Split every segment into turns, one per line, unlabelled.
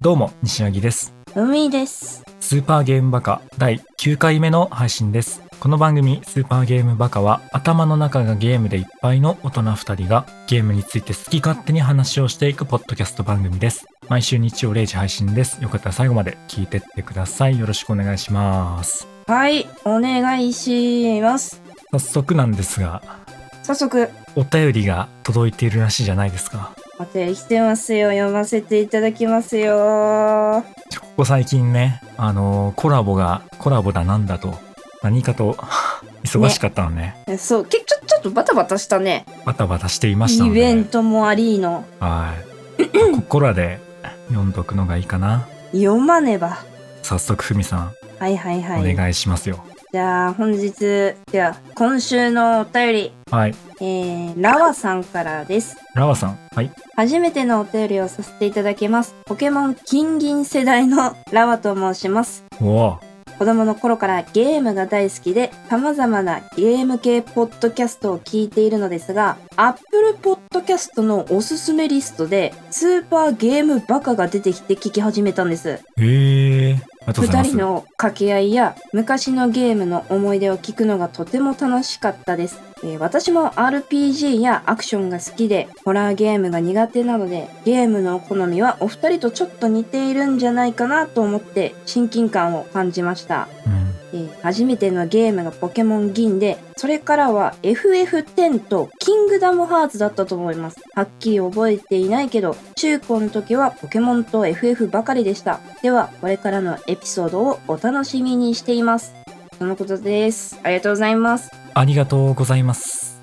どうも、西柳です。
海です。
スーパーゲームバカ第9回目の配信です。この番組、スーパーゲームバカは、頭の中がゲームでいっぱいの大人2人が、ゲームについて好き勝手に話をしていくポッドキャスト番組です。毎週日曜0時配信です。よかったら最後まで聞いてってください。よろしくお願いします。
はい、お願いします。
早速なんですが、
早速、
お便りが届いているらしいじゃないですか。
お便り来てますよ。読ませていただきますよ。
ここ最近ね、あのーコラボが、コラボだなんだと、何かと 忙しかったのね、
えそう、けちょちょっとバタバタしたね。
バタバタしていました
イ
ので。
ベントもありの。
はい。まあここらで読んどくのがいいかな。
読まねば。
早速、ふみさ
はいはい
ん、
はい。
お願いしますよ。
じゃあ、本日、じゃあ、今週のお便り、
はい。
えー、ラワさんからです。
ラワさん。はい。
初めてのお便りをさせていただきます。ポケモン金銀世代のラワと申します。
おお。
子供の頃からゲームが大好きで様々なゲーム系ポッドキャストを聞いているのですが Apple Podcast のおすすめリストでスーパーゲームバカが出てきて聞き始めたんです
へえ。ありがとうございま
2
す。
人の掛け合いや昔のゲームの思い出を聞くのがとても楽しかったです、えー私も RPG やアクションが好きでホラーゲームが苦手なのでゲームの好みはお二人とちょっと似ているんじゃないかなと思って親近感を感じました
うん。
えー初めてのゲームがポケモン銀で、それからは FF10 とキングダムハーツだったと思います。はっきり覚えていないけど、中高の時はポケモンと FF ばかりでした。では、これからのエピソードをお楽しみにしています。そのことです。ありがとうございます。
ありがとうございます。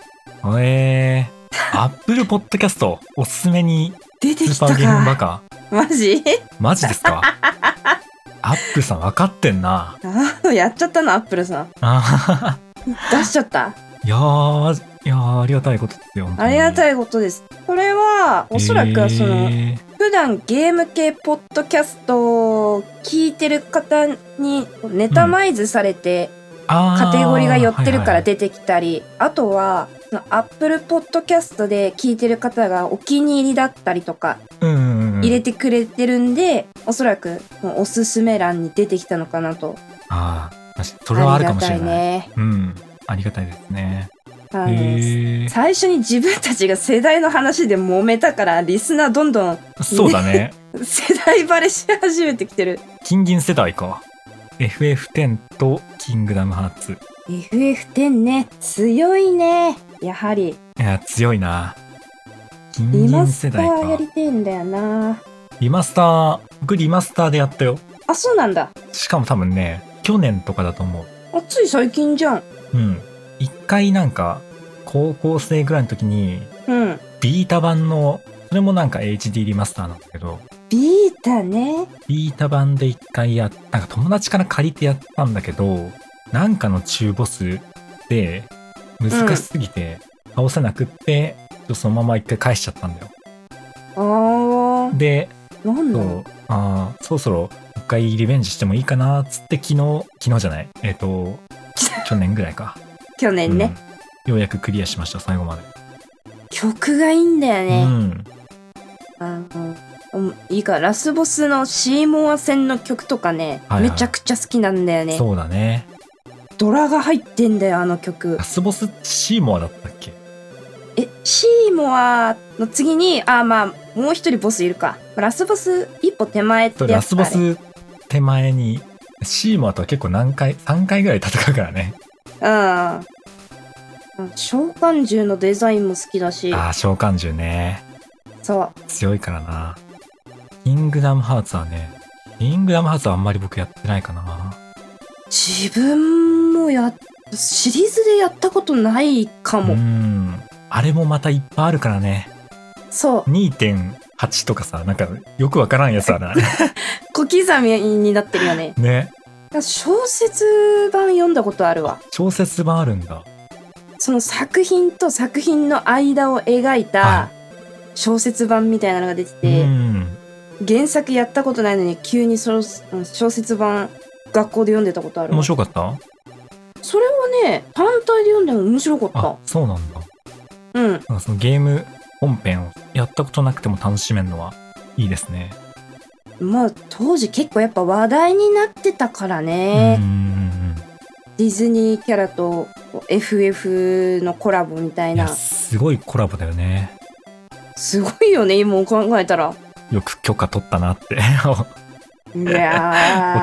えー。アップルポッドキャストおすすめに
出て
ス
き
ーパ
た
ーゲームバ
か。
カ
マジ
マジです かアップルさん分かってんな
あーやっちゃったな、アップルさん。
あはは
出しちゃった。
いやーいやーありがたいことですよ
ありが
い
たいことです。これは、おそらくはその、
え
普段ゲーム系ポッドキャストを聞いてる方にネタマイズされてカテゴリーが寄ってるから
で
出てきたりあ,、とはその Apple ポッドキャストで聞いてる方がお気に入りだったりとか入れてくれてるんで、おそらくおすすめ欄に出てきたのかなと
ああ、確かにそれはあるかもしれない。
ありがたいね
うん。ありがたいですね。
あの
へえ。
最初に自分たちが世代の話で揉めたからリスナーどんどん
そうだね。
世代バレし始めてきてる
金銀世代か。FF10 とキングダムハーツ。
FF10 ね強いねやはり
いや、強いな。金
リマ
銀
ス
世
タ
代
ーや
か
り。てえんだよな
リマスター、僕リマスターでやったよ。
あそうなんだ
しかも多分ね、去年とかだと思
あつい最近じゃん
う。うん。一回なんか、高校生ぐらいの時に、
うん
ビータ版の、それもなんか HD リマスターなんだけど、
ビータね
ビータ版で一回やっなんか友達から借りてやったんだけど、なんかの中ボスで難しすぎて倒せなくって、そのまま一回返しちゃったんだよ。
あー
で、
なんだ
そ
ろ
うあーそろそろ一回リベンジしてもいいかなっつって昨日、昨日じゃない、えっ、と、去年ぐらいか。
う去年ね、
うんようやくクリアしました、最後まで。
曲がいいんだよ
う
ね、
ん。
あのうんいいかラスボスのシーモア戦の曲とかね、
はいはい
めちゃくちゃ好きなんだよね
そうだね。
ドラが入ってんだよあの曲
ラスボスシーモアだったっけ
えシーモアの次にあまあもう一人ボスいるかラスボス一歩手前って
そう
や
ラ
つ
ス
か
ボ
あれ
ス手前にシーモアとは結構何回3回ぐらい戦うからね
うん。召喚獣のデザインも好きだし、
ああ召喚獣ね
そう。
強いからなキングダムハーツはねキングダムハーツはあんまり僕やってないかな
自分もや、シリーズでやったことないか
う
も。
んあれもまたいっぱいあるからね
そう。
2.8とかさなんかよくわからんやつあるな
小刻みになってるよね。
ね
小説版読んだことあるわ。
小説版あるんだ
その作品と作品の間を描
は
いた小説版みたいなのが出て
う
て、
ん
原作やったことないのに急にそのうん小説版学校で読んでたことあるわ
面白かった
それはね、単体で読んでも面白かっ
あそうなんだ
た。うん。
なんかそのゲーム本編をやったことなくても楽しめるのはいいですね
まあ当時結構やっぱ話題になってたからね
う、ん
ディズニーキャラと FF のコラボみたい
いや
な
すごいコラボだよね
すごいよね今考えたら
よく許可取ったなって
い や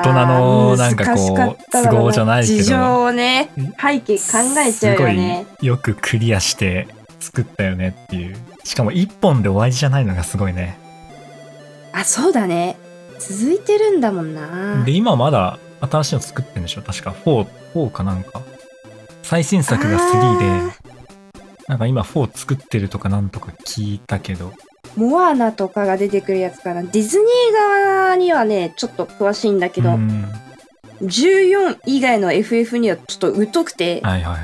大人のなんかこう都合じゃないけど
事情をね背景考えちゃうよね
すごいよくクリアして作ったよねっていうしかも1本で終わりじゃないのがすごいね
あそうだね続いてるんだもんな
で今まだ新しいの作ってるんでしょ確か 4, 4かなんか最新作が3でなんか今4作ってるとかなんとか聞いたけど
モアナとかが出てくるやつかなディズニー側にはねちょっと詳しいんだけど、
うん
14以外の FF にはちょっと疎くて、
はいはい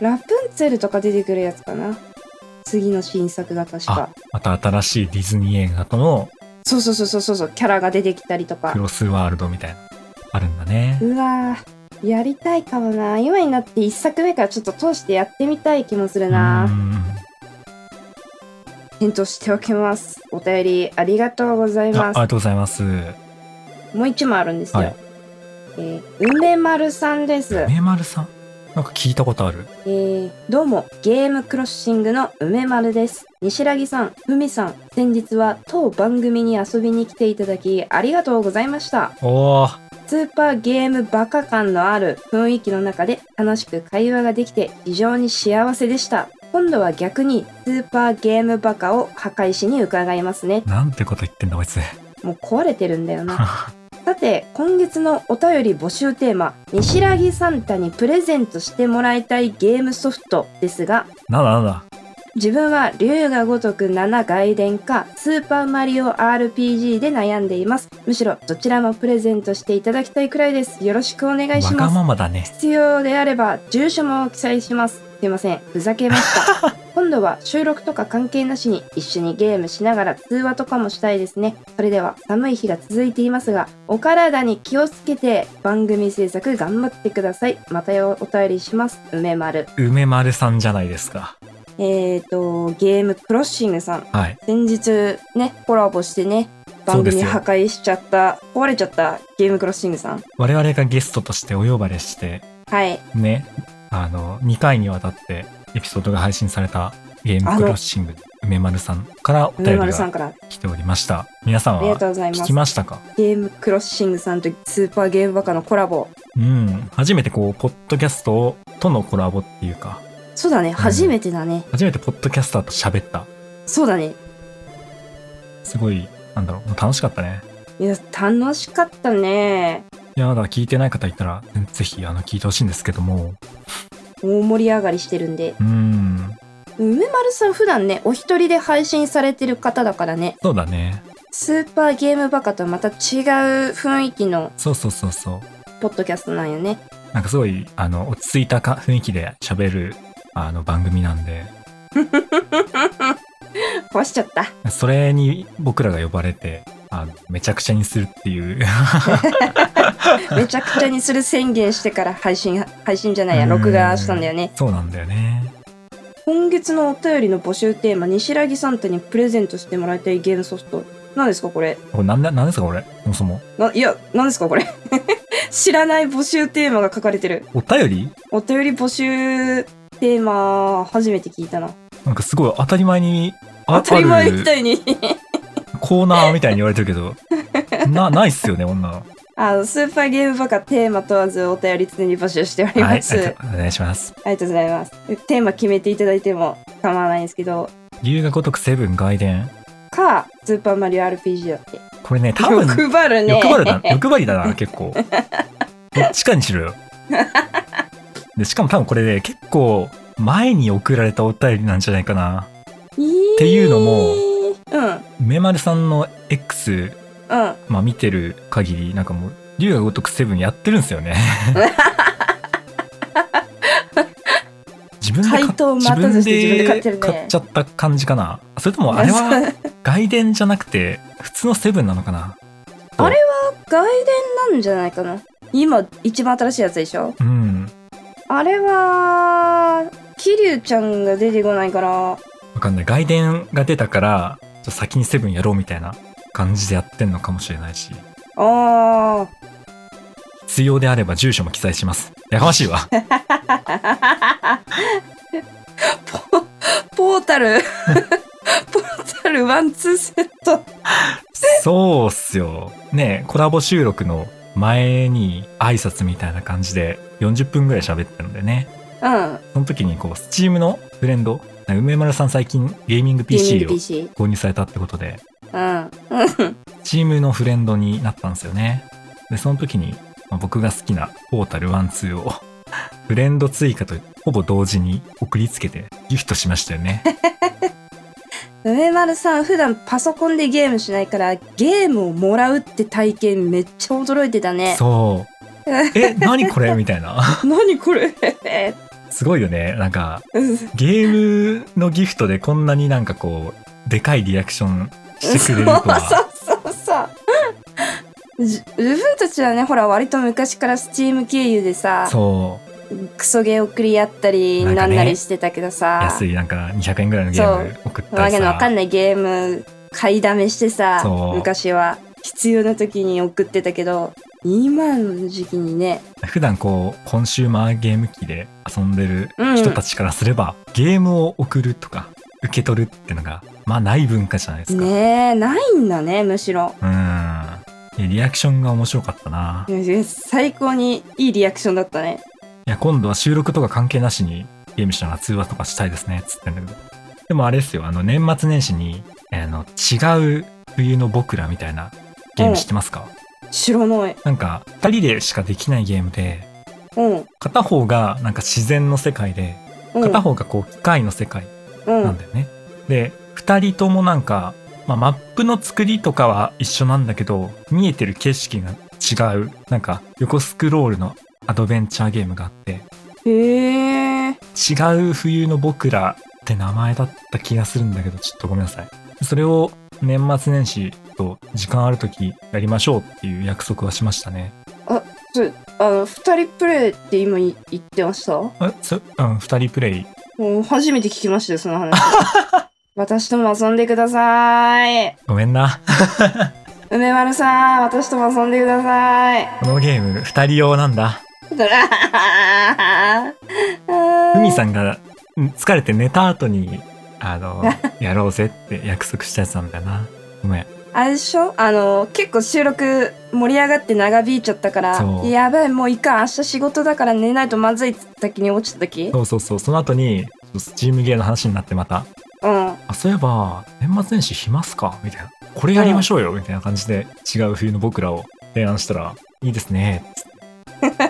ラプンツェルとか出てくるやつかな次の新作が確か
また新しいディズニー映画との
そうそうそうそうそうキャラが出てきたりとか
クロスワールドみたいなあるんだね
うわーやりたいかもな今になって1作目からちょっと通してやってみたい気もする
う
なん検討しておきますお便りありがとうござい
ああ
ま
り
す
がとうございます
もう一枚あるんですよ、
はい
えー梅丸さんです、え
梅丸さんなんか聞いたことある
ーどうもゲームクロッシングの梅丸です西良木さんふみさん先日は当番組に遊びに来ていただきありがとうございました
おー
スーパーゲームバカ感のある雰囲気の中で楽しく会話ができて非常に幸せでした。今度は逆にスーパーゲームバカを破壊しに伺いますね。
なんてこと言ってんだこいつ
もう壊れてるんだ よな。さて、今月のお便り募集テーマ、西良木サンタにプレゼントしてもらいたいゲームソフトですが、
なんだなんだ
自分は竜が如く7外伝かスーパーマリオ RPG で悩んでいます。むしろどちらもプレゼントしていただきたいくらいです。よろしくお願いし
わ
ま
が
す。
ままだね
必要であれば住所も記載しますすいませんふざけました 今度は収録とか関係なしに一緒にゲームしながら通話とかもしたいですねそれでは寒い日が続いていますがお体に気をつけて番組制作頑張ってくださいまたよお便りします梅丸
梅丸さんじゃないですか
えーとゲームクロッシングさん
はい
先日ねコラボしてね
そう
番
です
組
よ
破壊しちゃった壊れちゃったゲームクロッシングさん
我々がゲストとしてお呼ばれして
はい
ねあの2回にわたってエピソードが配信されたゲームクロッシング梅丸さんからお
梅
便り
丸さん
が
から
来ておりました皆さん
ありが
は
とうございま
聞
す
きましたか
ゲームクロッシングさんとスーパーゲームバカのコラボ。
うん初めてこうポッドキャストとのコラボっていうか
そうだね、初めてだね。
初めてポッドキャスターと喋った
そうだね。
すごいなんだろうもう楽しかったね
いや、楽しかったね。
いやまだ聞いてない方いたらうんぜひあの聞いてほしいんですけども
大盛り上がりしてるんで。
うん
梅丸さん普段ね、お一人で配信されてる方だからね、
そうだね
スーパーゲームバカとはまた違う雰囲気の
そうそうそうそう
ポッドキャストなんよね。
なんかすごいあの落ち着いたか雰囲気で喋るあの番組なんで
壊しちゃった。
それに僕らが呼ばれてあのめちゃくちゃにするっていう
めちゃくちゃにする宣言してから配信、配信じゃな いや、録画したんだよね。
そうなんだよね
今月のお便りの募集テーマ、西良木サンタにプレゼントしてもらいたいゲームソフト。何ですか、これ。
これなんだなんですかこれそもそも
ないや、何ですかこれ。 知らない募集テーマが書かれてる。
お便り
お便り募集テーマ、初めて聞いたな。
なんかすごい当たり前にあ
当たり前み
あ
たいに。
るコーナーみたいに言われてるけどなないっすよね女の
あの、スーパーゲームバカテーマ問わずお便り常に募集しており
はい
ます。あ
お願いします
りがとうございます。テーマ決めていただいても構わないんですけど、
龍が如くセブン外伝
か、スーパーマリオ RPG だって。
これね多分
欲張るね。
欲張 るだ欲張りだな結構どっちかにしろよでしかも多分これね結構前に送られたお便りなんじゃないかなていうのも
うん、うん、
梅丸さんの X
あ
まあ見てる限りなんかもう龍が如くセブンやってるんですよ ね自分で買っ
回答を待たずして自分で買ってる
自分で
ね
買っちゃった感じかなそれともあれは外伝じゃなくて普通のセブンなのかな
あれは外伝なんじゃないかな。今、一番新しいやつでしょ
うん
あれは、桐生ちゃんが出てこないから、
わかんない外伝が出たからちょっと先にセブンやろうみたいな感じでやってんのかもしれないし
あ
必要であれば住所も記載しますやかましい わ
あ。ポ ポータ ルポータルワンツーセット。
そうっすよねえコラボ収録の前に挨拶みたいな感じで40分ぐらい喋ってるんでね
うん。
その時にこうスチームのフレンド梅丸さん最近ゲーミング
ゲ
PC を
ーム PC。
購入されたってことで
うん。
チームのフレンドになったんですよね。で、その時に、まあ僕が好きなポータル12を、フレンド追加とほぼ同時に送りつけてギフトしましたよね。
梅丸さん普段パソコンでゲームしないからゲームをもらうって体験めっちゃ驚いてたね。
そう。 え、何これみたいな。
何こ れ
すごいよね。なんか、
うん
ゲームのギフトでこんなになんかこう、でかいリアクションしてくれるとは。
そうそうそうそうじ自分たちはねほら割と昔からスチーム経由でさ
そう。
クソゲー送り合ったり
なん
な
か
ん
ね
なりしてたけどさ、
安いなんか200円ぐらいのゲーム送った
わ
り
けのわか
さ。
んないゲーム買いだめしてさ
そう
昔は必要な時に送ってたけど今の時期にね
普段こう、コンシューマーゲーム機で遊んでる
うん
人たちからすれば、ゲームを送るとか受け取るってのがまあない文化じゃないですか、
ねえないんだねむしろ
うんいやリアクションが面白かったない
や最高にいいリアクションだったね
いや今度は収録とか関係なしにゲームしながら通話とかしたいですねっつってんだけどでもあれですよあの年末年始にあの違う冬の僕らみたいなゲーム知ってますか、
知らない
なんか2人でしかできないゲームで
うん
片方がなんか自然の世界で
うん
片方がこう機械の世界
うん
なんだよね。で2人ともなんか、まあ、マップの作りとかは一緒なんだけど見えてる景色が違うなんか横スクロールのアドベンチャーゲームがあって
へえ
「違う冬の僕ら」って名前だった気がするんだけどちょっとごめんなさい。それを年末年始と時間ある時やりましょうっていう約束はしましたね。
そうあの二人プレイって今い言ってましたも
えそうん、2人プレイ
う初めて聞きましたよそ の話私とも遊んでください
ごめんな。
梅丸さん私とも遊んでくだ さい
このゲーム2人用なんだ。ふみさんがうん疲れて寝た後に、あ の、やろうぜって約束したやつなんだよな。ごめん。
あれでしょあの結構収録盛り上がって長引いちゃったから
そう
やばいもういかん明日仕事だから寝ないとまずいって先に落ちた時
そうそうそう。その後に、スチームゲーの話になってまた、
うん
あ、そういえば、年末年始暇っすかみたいな。これやりましょうよみたいな感じで、違う冬の僕らを提案したら、いいです ね。つって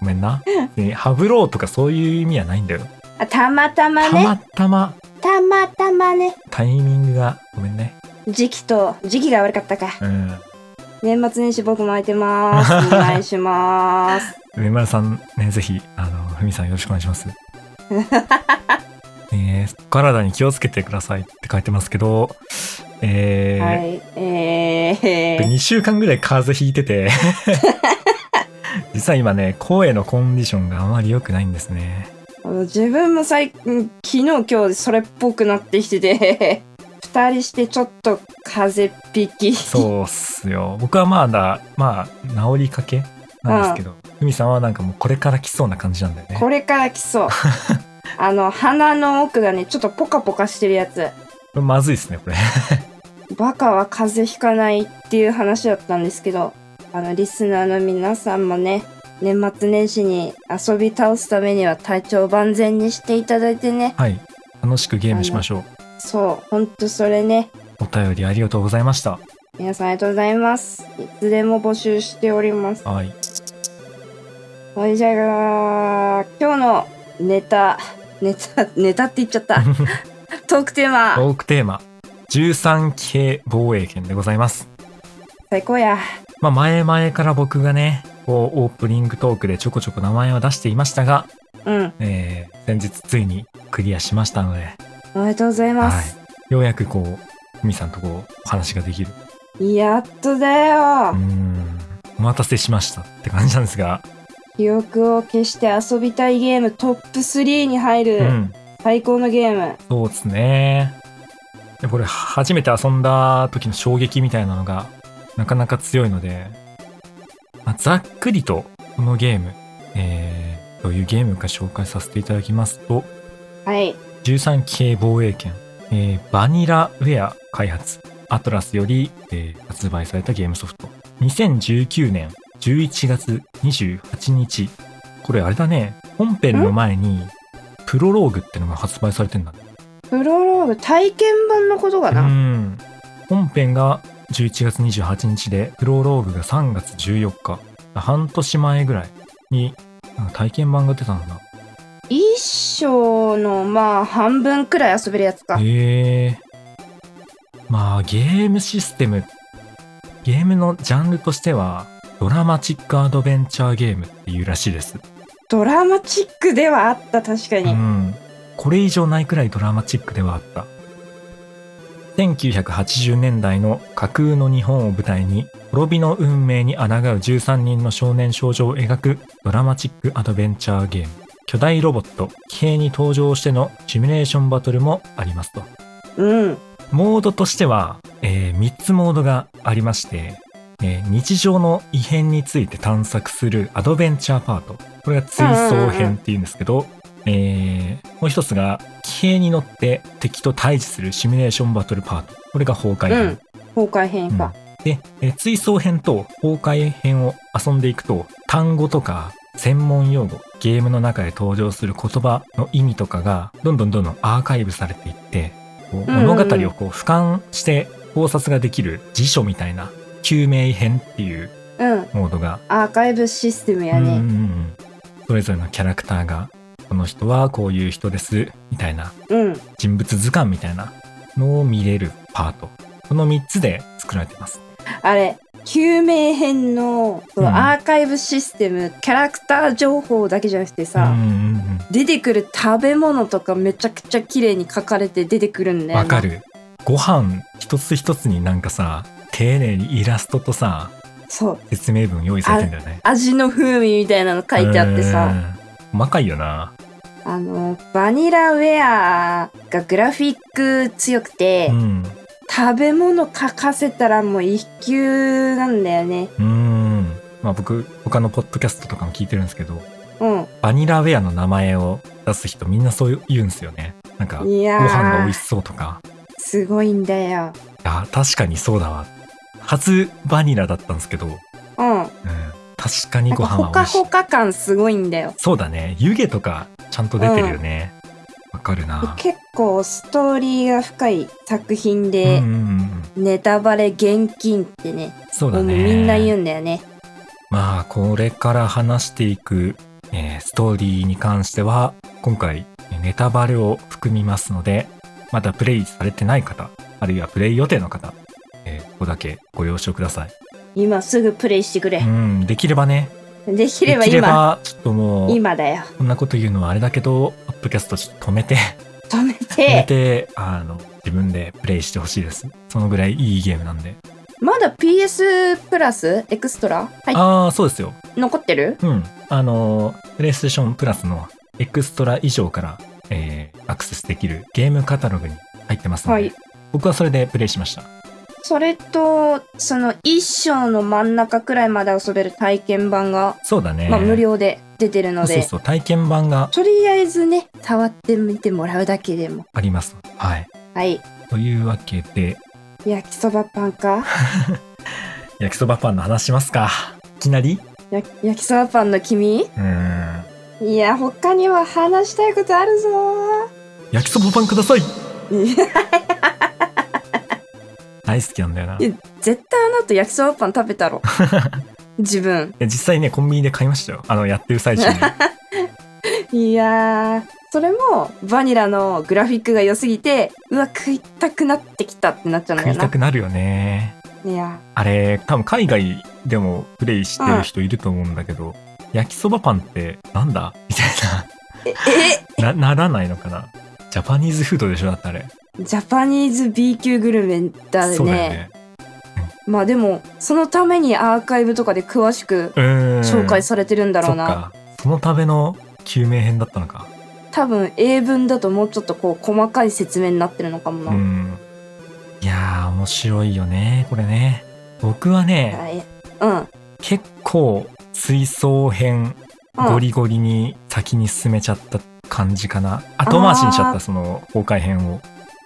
ごめんな。でハブろうとかそういう意味はないんだよ。
あたまたま
た
ね
またま
たまたまね
タイミングが、ごめんね。
時期と時期が悪かったか
うん。
年末年始僕も空いてま す。お願いします。
梅村さんねぜひあのふみさんよろしくお願いします えー、体に気をつけてくださいって書いてますけどえ
は
ー
い。えー、
2週間ぐらい風邪ひいて て実は今ね声のコンディションがあまり良くないんですね
自分も最近、昨日今日それっぽくなってきてて、 二人してちょっと風邪引き。
そうっすよ僕はまだまあ治りかけなんですけどふみさんはなんかもうこれから来そうな感じなんだよね
これから来そう。あの、鼻の奥がね、ちょっとポカポカしてるやつ。
これまずいっすねこれ
バカは風邪ひかないっていう話だったんですけど、あの、リスナーの皆さんもね、年末年始に遊び倒すためには体調を万全にしていただいてね、
はい楽しくゲームしましょ
そう、ほんとそれね。
うお便りありがとうございました
皆さんありがとうございます。いつでも募集しております。
はい
ほいじゃあ、今日のネタ、ネタ、ネタって言っちゃった。 トークテーマ、
トークテーマ13系防衛権でございます。
最高や。
まあ前々から僕がね、こうオープニングトークでちょこちょこ名前を出していましたが、
うん、
えー先日ついにクリアしましたので、
おめでとうございます。
ようやくこう、ふみさんとこうお話ができる。
やっとだ
うー
よ。
ん、お待たせしましたって感じなんですが、
記憶を消して遊びたいゲームトップ3に入
う
る
ん、
最高のゲーム。
そうですね。でこれ初めて遊んだ時の衝撃みたいなのがなかなか強いので、まあざっくりとこのゲーム、えー、どういうゲームか紹介させていただきますと、
はい。
13系防衛圏、えーバニラウェア開発アトラスより、えー発売されたゲームソフト2019年11月28日これあれだね本編の前にプロローグってのが発売されてんだね
プロローグ体験版のことか
う
な。
ん本編が11月28日でプロローグが3月14日半年前ぐらいになんか体験版が出たんだ
一章のまあ半分くらい遊べるやつか。
へえまあゲームシステムゲームのジャンルとしてはドラマチックアドベンチャーゲームっていうらしいです、
ドラマチックではあった確か
う
に。
ん、これ以上ないくらいドラマチックではあった1980年代の架空の日本を舞台に滅びの運命に抗う13人の少年少女を描くドラマチックアドベンチャーゲーム巨大ロボット騎兵に登場してのシミュレーションバトルもありますと
うん。
モードとしては、え3つモードがありまして、えー日常の異変について探索するアドベンチャーパート。これが追走編っていうんですけど、えーもう一つが、騎兵に乗って敵と対峙するシミュレーションバトルパート。これが崩壊編。
崩壊編
うん
か。
で、えー追走編と崩壊編を遊んでいくと、単語とか専門用語、ゲームの中で登場する言葉の意味とかが、どんどんどんどんアーカイブされていって、こう
うんうんう
物
ん
語をこう俯瞰して考察ができる辞書みたいな、救命編っていう
うん。
モードが、
アーカイブシステムや
うんうんう
ね。
んそれぞれのキャラクターが、この人はこういう人です、みたいな
うん。
人物図鑑みたいなのを見れるパート。この3つで作られてます。
あれ。救命編の
う
そ
ん
のアーカイブシステム、キャラクター情報だけじゃなくてさ、
うんうんうん
出てくる食べ物とかめちゃくちゃ綺麗に書かれて出てくるんだよな
わかるご飯一つ一つになんかさ丁寧にイラストとさ
そう
説明文用意されてんだよね
味の風味みたいなの書いてあってさ
うん細かいよな
あのバニラウェアがグラフィック強くて、
うん
食べ物書かせたらもう一級なんだよね
うんまあ僕他のポッドキャストとかも聞いてるんですけど
うん
バニラウェアの名前を出す人みんなそう言うんですよねなんかご
いや
飯が美
ー
味しそうとか
すごいんだよ
あ確かにそうだわ初バニラだったんですけど、うん、
うん
確かに
なん
ご
か
飯
ほ
は美
か
味しい
ほか感すごいんだよ
そうだね湯気とかちゃんと出てるよねわ、かるな
結構ストーリーが深い作品で、
うんうんうんうん
ネタバレ厳禁ってね
そう
も
だ
う
ね
みんな言うんだよね
まあこれから話していく、えーストーリーに関しては今回ネタバレを含みますのでまだプレイされてない方あるいはプレイ予定の方、えーここだけご了承ください、
今すぐプレイしてくれ
う、ん、できればね
できれば
できれ
今
ばちょっともう
今だよ
こんなこと言うのはあれだけどアップキャストちょっと止めて
止め
止め
て
てあの自分でプレイしてほしいですそのぐらいいいゲームなんで、
まだ PS プラスエクストラは
ああそうですよ
い残ってる
うん。あの、プレイステーションプラスのエクストラ以上から、えーアクセスできるゲームカタログに入ってますので、
はい
僕はそれでプレイしました。
それとその一章の真ん中くらいまで遊べる体験版が、
そうだね。
まあ、無料で出てるの
そう
で
そう、体験版が
とりあえずね触ってみてもらうだけでも
あります。はい。
はい
というわけで、
焼きそばパンか
焼きそばパンの話しますか。いきなり
や焼きそばパンの君
うーん。
いや他には話したいことあるぞ
焼きそばパンください
いや
大好きなんだよな。
いや絶対あの後焼きそばパン食べ たろ自分
いや実際ね、コンビニで買いましたよ。あの、やってる最中 に。
いやー、それもバニラのグラフィックが良すぎて、うわ、食いたくなってきたってなっちゃうんだ
食
よ
いた
な。
くなるよね。
いや
あれ多分海外でもプレイしてる人いると思うんだけど、焼きそばパンってなんだみたい
ー、え、
ななならないのかなジャパニーズフードでしょだってあれ、
えジャパニーズ B 級グルメだね。
そうだよね
まあでも、そのためにアーカイブとかで詳しく
うーん
紹介されてるんだろうな。
そっかそのための救命編だったのか
多分、英文だともうちょっとこう、細かい説明になってるのかも
う
な。
ん面白いよね、これね。僕はね、
はいうん。
結構、水槽編、
うん
ゴリゴリに先に進めちゃった感じかな。後回しにしちゃっ
あー
た、その、崩壊編を。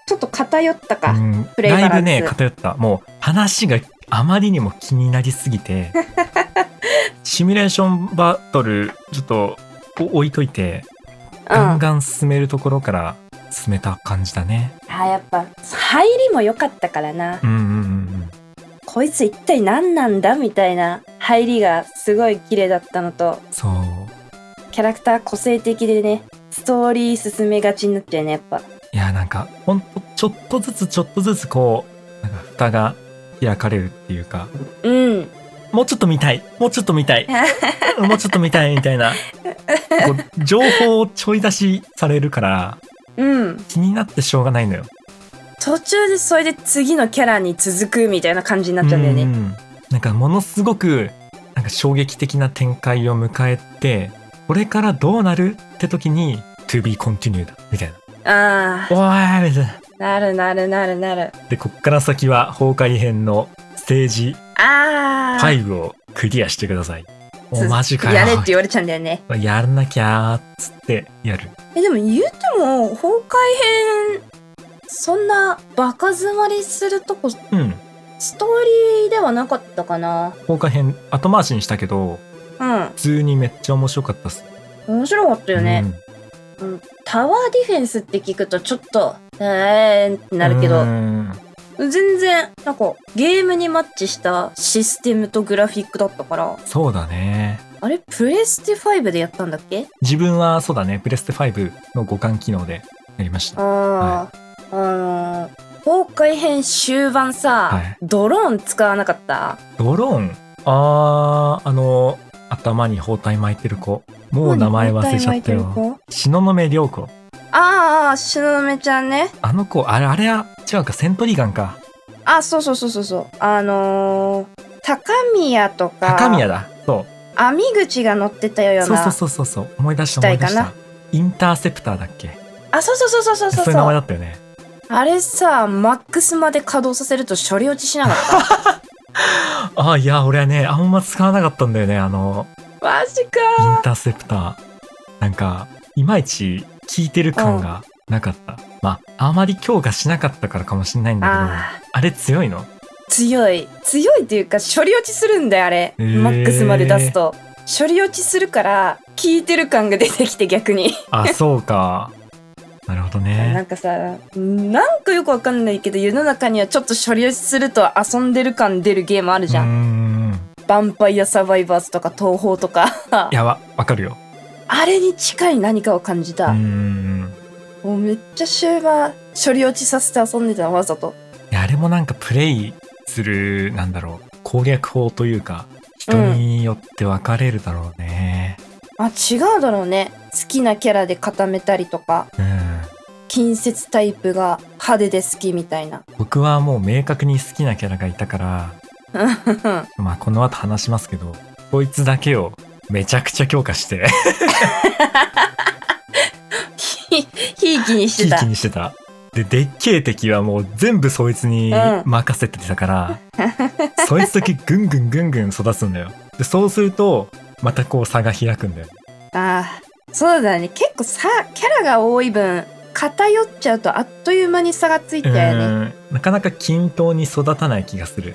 ちょっと偏ったか。
うん
プレイバ
だ
ラン
い
ス
ぶね、偏った。もう、話があまりにも気になりすぎ て、シミュレーションバトル、ちょっと、お置いといて、ガン
うん。
ガン進めるところから進めた感じだね。
あ、やっぱ、入りも良かったからな
う。んうんうん
こいつ一体何なんだみたいな入りがすごい綺麗だったのと
うん。そう。
キャラクター個性的でねストーリー進めがちになっちゃうねやっぱ
いや、なんか、ほんと、ちょっとずつちょっとずつこう、なんか蓋が開かれるっていうか、
うん
もうちょっと見たい、もうちょっと見 たい、もうちょっと見たいみたいな、こう情報をちょい出しされるから、
うん
気になってしょうがないのよ。
途中でそれで次のキャラに続くみたいな感じになっちゃうんだよね
んなんかものすごくなんか衝撃的な展開を迎えてこれからどうなるって時に「to be continued」みたいな
あ
「おーい!」みたいな
あなるなるなるなる
でこっから先は崩壊編のステージ
ああ
5をクリアしてくださいもうマジかよ
やれって言われちゃうんだよね
やらなきゃーっつってやる
えでも言うても崩壊編そんなバカ詰まりすると
う
こ
ん
ストーリーではなかったかな
崩壊編後回しにしたけど
うん
普通にめっちゃ面白かったっす
面白かったよね、タワーディフェンスって聞くとちょっと、えーって
うん
なるけ
う
ど、
ん
全然、なんか、ゲームにマッチしたシステムとグラフィックだったから、
そうだね
あれ、プレステ5でやったんだっけ
自分はそうだねプレステ5の互換機能でやりました
あー、あのー、崩壊編終盤さ、
はい
ドローン使わなかった
ドローンあーあの頭に包帯巻いてる子もう名前忘れちゃったよ東雲涼子
あーあー、しのめちゃんね。
あの子あれあれは違うかセントリガンか
あ、そうそうそうそうそう。あのー、高宮とか、
高宮だそ
網口が乗ってたよう
う
な。
そうそうそうそうそう思い出した
機
思
体
い出
か
し
な
たインターセプターだっけ
あ、そうそうそうそうそうそう。
そういう名前だったよね
あれさ、マックスまで稼働させると処理落ちしな かった。
あーいや俺はねあんま使わなかったんだよねあの
マジか
インターセプターなんかいまいち効いてる感がなかった、まああまり強化しなかったからかもしれないんだけどあ
あ
れ強いの
ー強い。強いっていうか、処理落ちするんだよ、あれ。
へー
マックスまで出すと。処理落ちするから、効いてる感が出てきて逆に。
あそうかなるほど
な
ね
んかさ、なんかよくわかんないけど、世の中にはちょっと処理落ちすると遊んでる感出るゲームあるじゃ。
うんん
ヴァンパイアサバイバーズとか東宝とか。
いやわわかるよ
あれに近い何かを感じ
う
た。
ん
もうめっちゃ終盤、処理落ちさせて遊んでた、わざと。
いやあれもなんかプレイするなんだろう攻略法というか人によって分かれるだろうね
あ違うだろうね好きなキャラで固めたりとか
うん、
近接タイプが派手で好きみたいな
僕はもう明確に好きなキャラがいたからまあこの後話しますけどこいつだけをめちゃくちゃ強化して
ひひいきにし
キ
て
ー
た
キにしてた。で、でっけえ敵はもう全部そいつに任せてた から、そいつだけぐんぐんぐんぐん育つんだよ。で、そうすると、またこう差が開くんだよ。
あーそうだね結構さキャラが多い分偏っちゃうとあっという間に差がついた
う
よね
んなかなか均等に育たない気がする。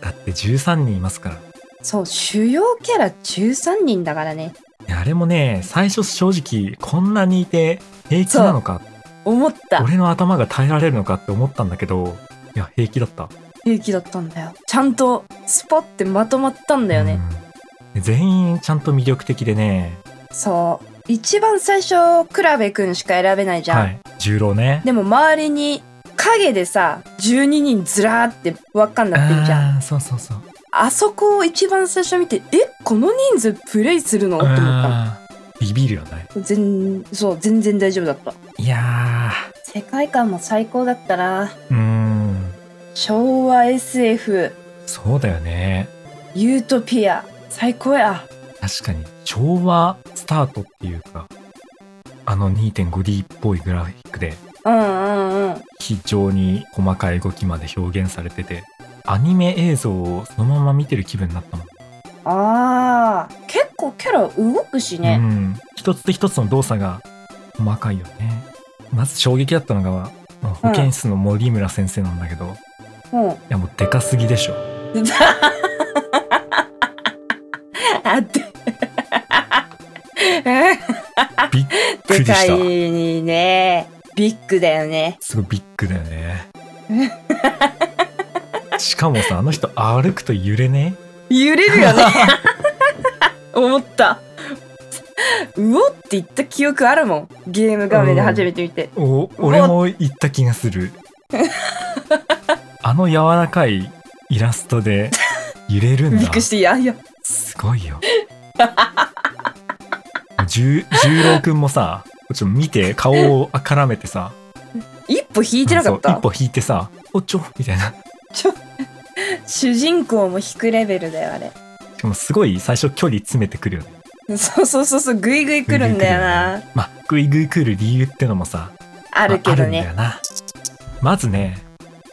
だって13人いますから。
そう主要キャラ13人だからね
いやあれもね、最初正直こんなにいて平気なのか、
思った
俺の頭が耐えられるのかって思ったんだけど、いや、平気だった。
平気だったんだよちゃんとスポってまとまったんだよね、
うん全員ちゃんと魅力的でね、
そう一番最初倉部くんしか選べないじゃん、
はい。重郎ね。
でも周りに影でさ12人ずらーって輪っかになってるじゃん
あーそうそうそう
あそこを一番最初見てえこの人数プレイするのって思った
あービビるよね
の全そう全然大丈夫だった
いや
世界観も最高だったな
ーうーん
昭和 SF
そうだよね
ユートピア最高や
確かに昭和スタートっていうかあの 2.5D っぽいグラフィックで
うんうんうん
非常に細かい動きまで表現されててアニメ映像をそのまま見てる気分になったもん
あー結構キャラ動くし
う
ね、
ん、一つ一つの動作が細かいよねまず衝撃だったのがまあ保健室の森村先生なんだけど、い
も
やもうでかすぎでしょ
う あって
びっく
で
り
か
し
い
た
にねビッグだよね
すごいビッグだよね しかもさあの人歩くと揺れね
揺れるよ ね思ったうおって言った記憶あるもんゲーム画面で初めて見て、
お俺も言った気がす るあの柔らかいイラストで揺れるん
びっ
だ
くりしていやいや
すごいよ十十郎くんもさちょっと見て顔をあからめてさ
一歩引いてなかっ
そう
た
一歩引いてさ「おちょ」みたいな
主人公も引くレベルだよあれ
しかもすごい最初距離詰めてくるよね
そうそうそうそうグイグイ来るんだよな
まあグイグイ来る理由ってのもさ
あるけ
まああ
どね
るんだよなまずね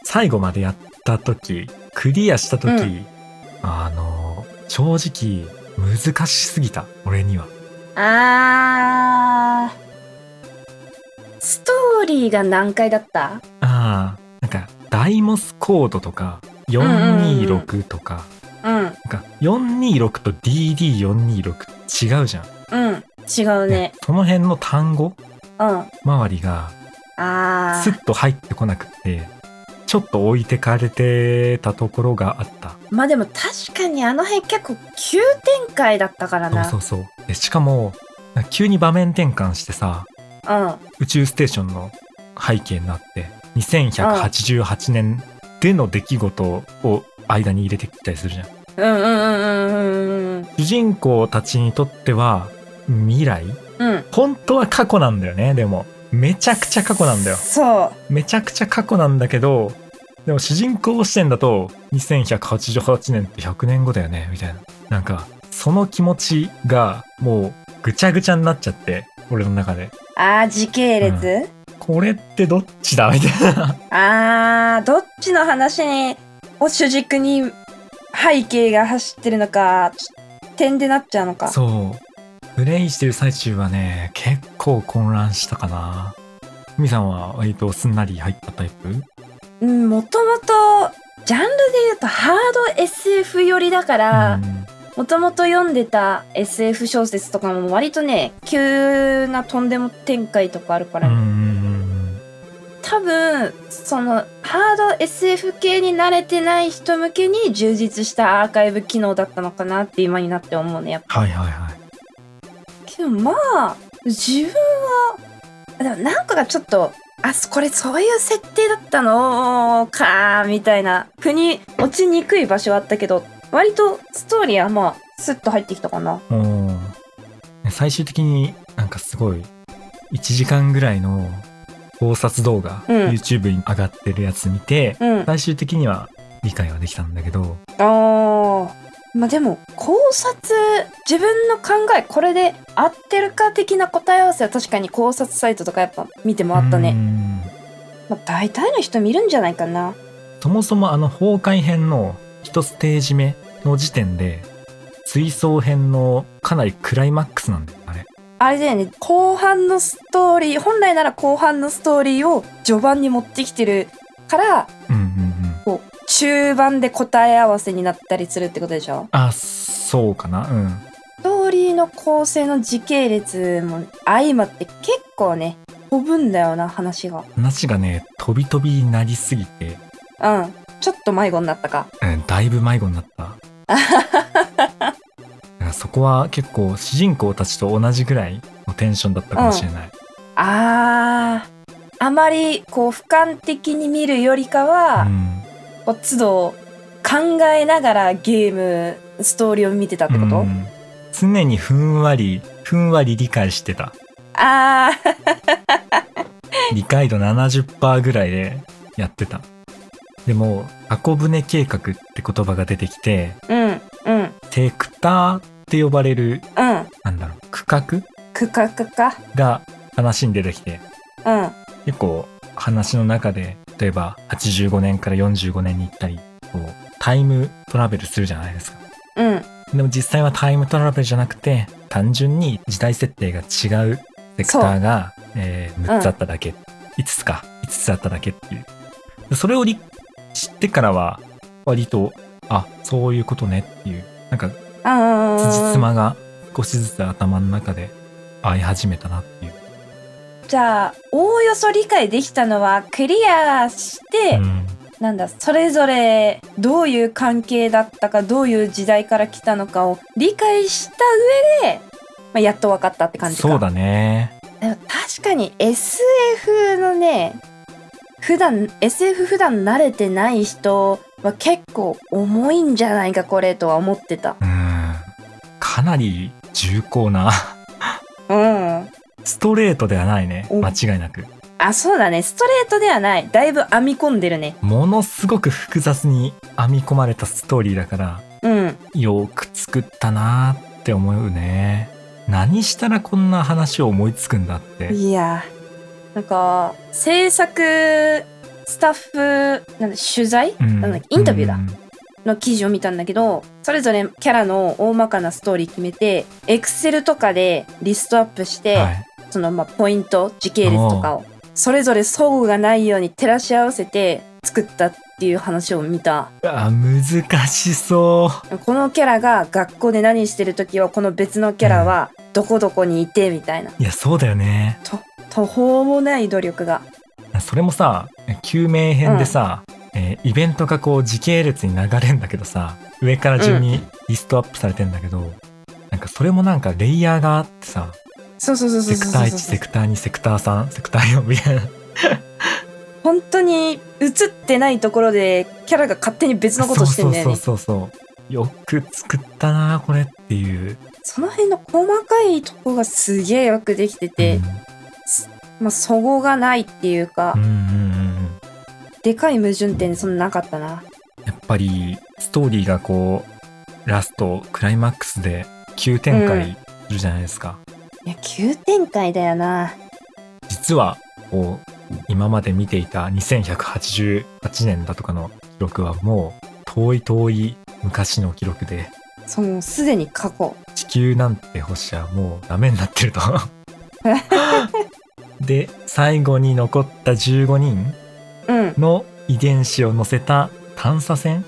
最後までやった時クリアした時、
うん
あの正直難しすぎた俺には
あーストーリーが難解だった
ああなんかダイモスコードとか426とか、
うん
なんか426と DD426 違うじゃん、
うん違うね
その辺の単語
うん
周りが
あ
ス
ー
ッと入ってこなくてちょっと置いてかれてたところがあった
まあでも確かにあの辺結構急展開だったからな
そうそうそうでしかもなんか急に場面転換してさ
うん
宇宙ステーションの背景になって2188年での出来事を間に入れてきたりするじゃん
うんうんうんうんうん
主人公たちにとっては未来
うんうん
本当は過去なんだよねでもめちゃくちゃ過去なんだよ
そう
めちゃくちゃ過去なんだけどでも主人公視点だと2188年って100年後だよねみたいななんかその気持ちがもうぐちゃぐちゃになっちゃって俺の中で
あー時系列、
これってどっちだみたいな
あーどっちの話にを主軸に背景が走ってるのかち点でなっちゃうのか
そうプレイしてる最中はね結構混乱したかなふみさんは割とすんなり入ったタイプ
うんもともとジャンルで言うとハード SF 寄りだから
うん
もともと読んでた SF 小説とかも割とね急なとんでも展開とかあるから、
うんうん
多分そのハード SF 系に慣れてない人向けに充実したアーカイブ機能だったのかなって今になって思うねやっぱ
はいはいはい
けどまあ自分はあでもなんかがちょっとあそこれそういう設定だったのかみたいな腑に落ちにくい場所はあったけど割とストーリーはまあスッと入ってきたかな
もう最終的になんかすごい1時間ぐらいの考察動画、
うん
YouTube に上がってるやつ見て
うん
最終的には理解はできたんだけど
あーまあでも考察自分の考えこれで合ってるか的な答え合わせは確かに考察サイトとかやっぱ見て回った
うー
ね、
ん
まあ、大体の人見るんじゃないかな
そもそもあの崩壊編の1ステージ目の時点で追走編のかなりクライマックスなんだよあれ
あれだよね後半のストーリー本来なら後半のストーリーを序盤に持ってきてるから
うんうんうん
こう中盤で答え合わせになったりするってことでしょ
あそうかなうん
ストーリーの構成の時系列も相まって結構ね飛ぶんだよな話が
話がね飛び飛びになりすぎて、
うんちょっと迷子になったか
うん、だいぶ迷子になっただからそこは結構主人公たちと同じぐらいのテンションだったかもしれない、
あーあまりこう俯瞰的に見るよりか
うん
は、こっちと考えながらゲームストーリーを見てたってこと、
うん常にふんわりふんわり理解してた
あー
理解度70%ぐらいでやってたでも「箱舟計画」って言葉が出てきて
うんうんうん
セクターって呼ばれるなんだろう区画
区画か
が話に出てきて
うん
結構話の中で例えば85年から45年に行ったりこうタイムトラベルするじゃないですか
うん。
でも実際はタイムトラベルじゃなくて単純に時代設定が違うセクターが、えー6つあっただけ、5つか5つあっただけっていうでそれをり知ってからは割とあそういうことねっていうなんか
あ
辻
あ。
褄が少しずつ頭の中で合い始めたなっていう、
じゃあ、おおよそ理解できたのは、クリアして、
うん
なんだ、それぞれどういう関係だったか、どういう時代から来たのかを理解した上で、まあ、やっと分かったって感じか。
そうだね
でも確かに SF のね、普段、SF 普段慣れてない人は結構重いんじゃないか、これとは思ってた。
うんかなり重厚な
うん。
ストレートではないね
お
間違いなく
あ、そうだね。ストレートではない。だいぶ編み込んでるね。
ものすごく複雑に編み込まれたストーリーだから
うん。
よく作ったなーって思うね何したらこんな話を思いつくんだって
いやーなんか制作スタッフなんだ取材、
うん
なんだっけインタビューだ、
うん
の記事を見たんだけどそれぞれキャラの大まかなストーリー決めてエクセルとかでリストアップして、
はい
そのまあポイント時系列とかをそれぞれ相互がないように照らし合わせて作ったっていう話を見た
あ難しそう
このキャラが学校で何してる時はこの別のキャラはどこどこにいてみたいな、
いやそうだよね
途方もない努力が
それもさ救命編でさ、えーイベントがこう時系列に流れんだけどさ上から順にリストアップされてんだけど、なんかそれもなんかレイヤーがあってさ
そうそうそうそ
セ
うそ
ク
うそ
タ
う
ー1セクター2セクター3セクター4みたいな
本当に映ってないところでキャラが勝手に別のことしてんだよ
そう
ね
そうそうそうよく作ったなこれっていう、
その辺の細かいとこがすげえよくできてて、まあそごがないっていうか、
うん、うんうんうんうん
でかい矛盾点そんななかったな
やっぱりストーリーがこうラストクライマックスで急展開するじゃないですか、
いや急展開だよな
実はこう今まで見ていた2188年だとかの記録はもう遠い遠い昔の記録で
そのすでに過去
地球なんて星はもうダメになって ると。で最後に残った15人
うん
の遺伝子を乗せた探査船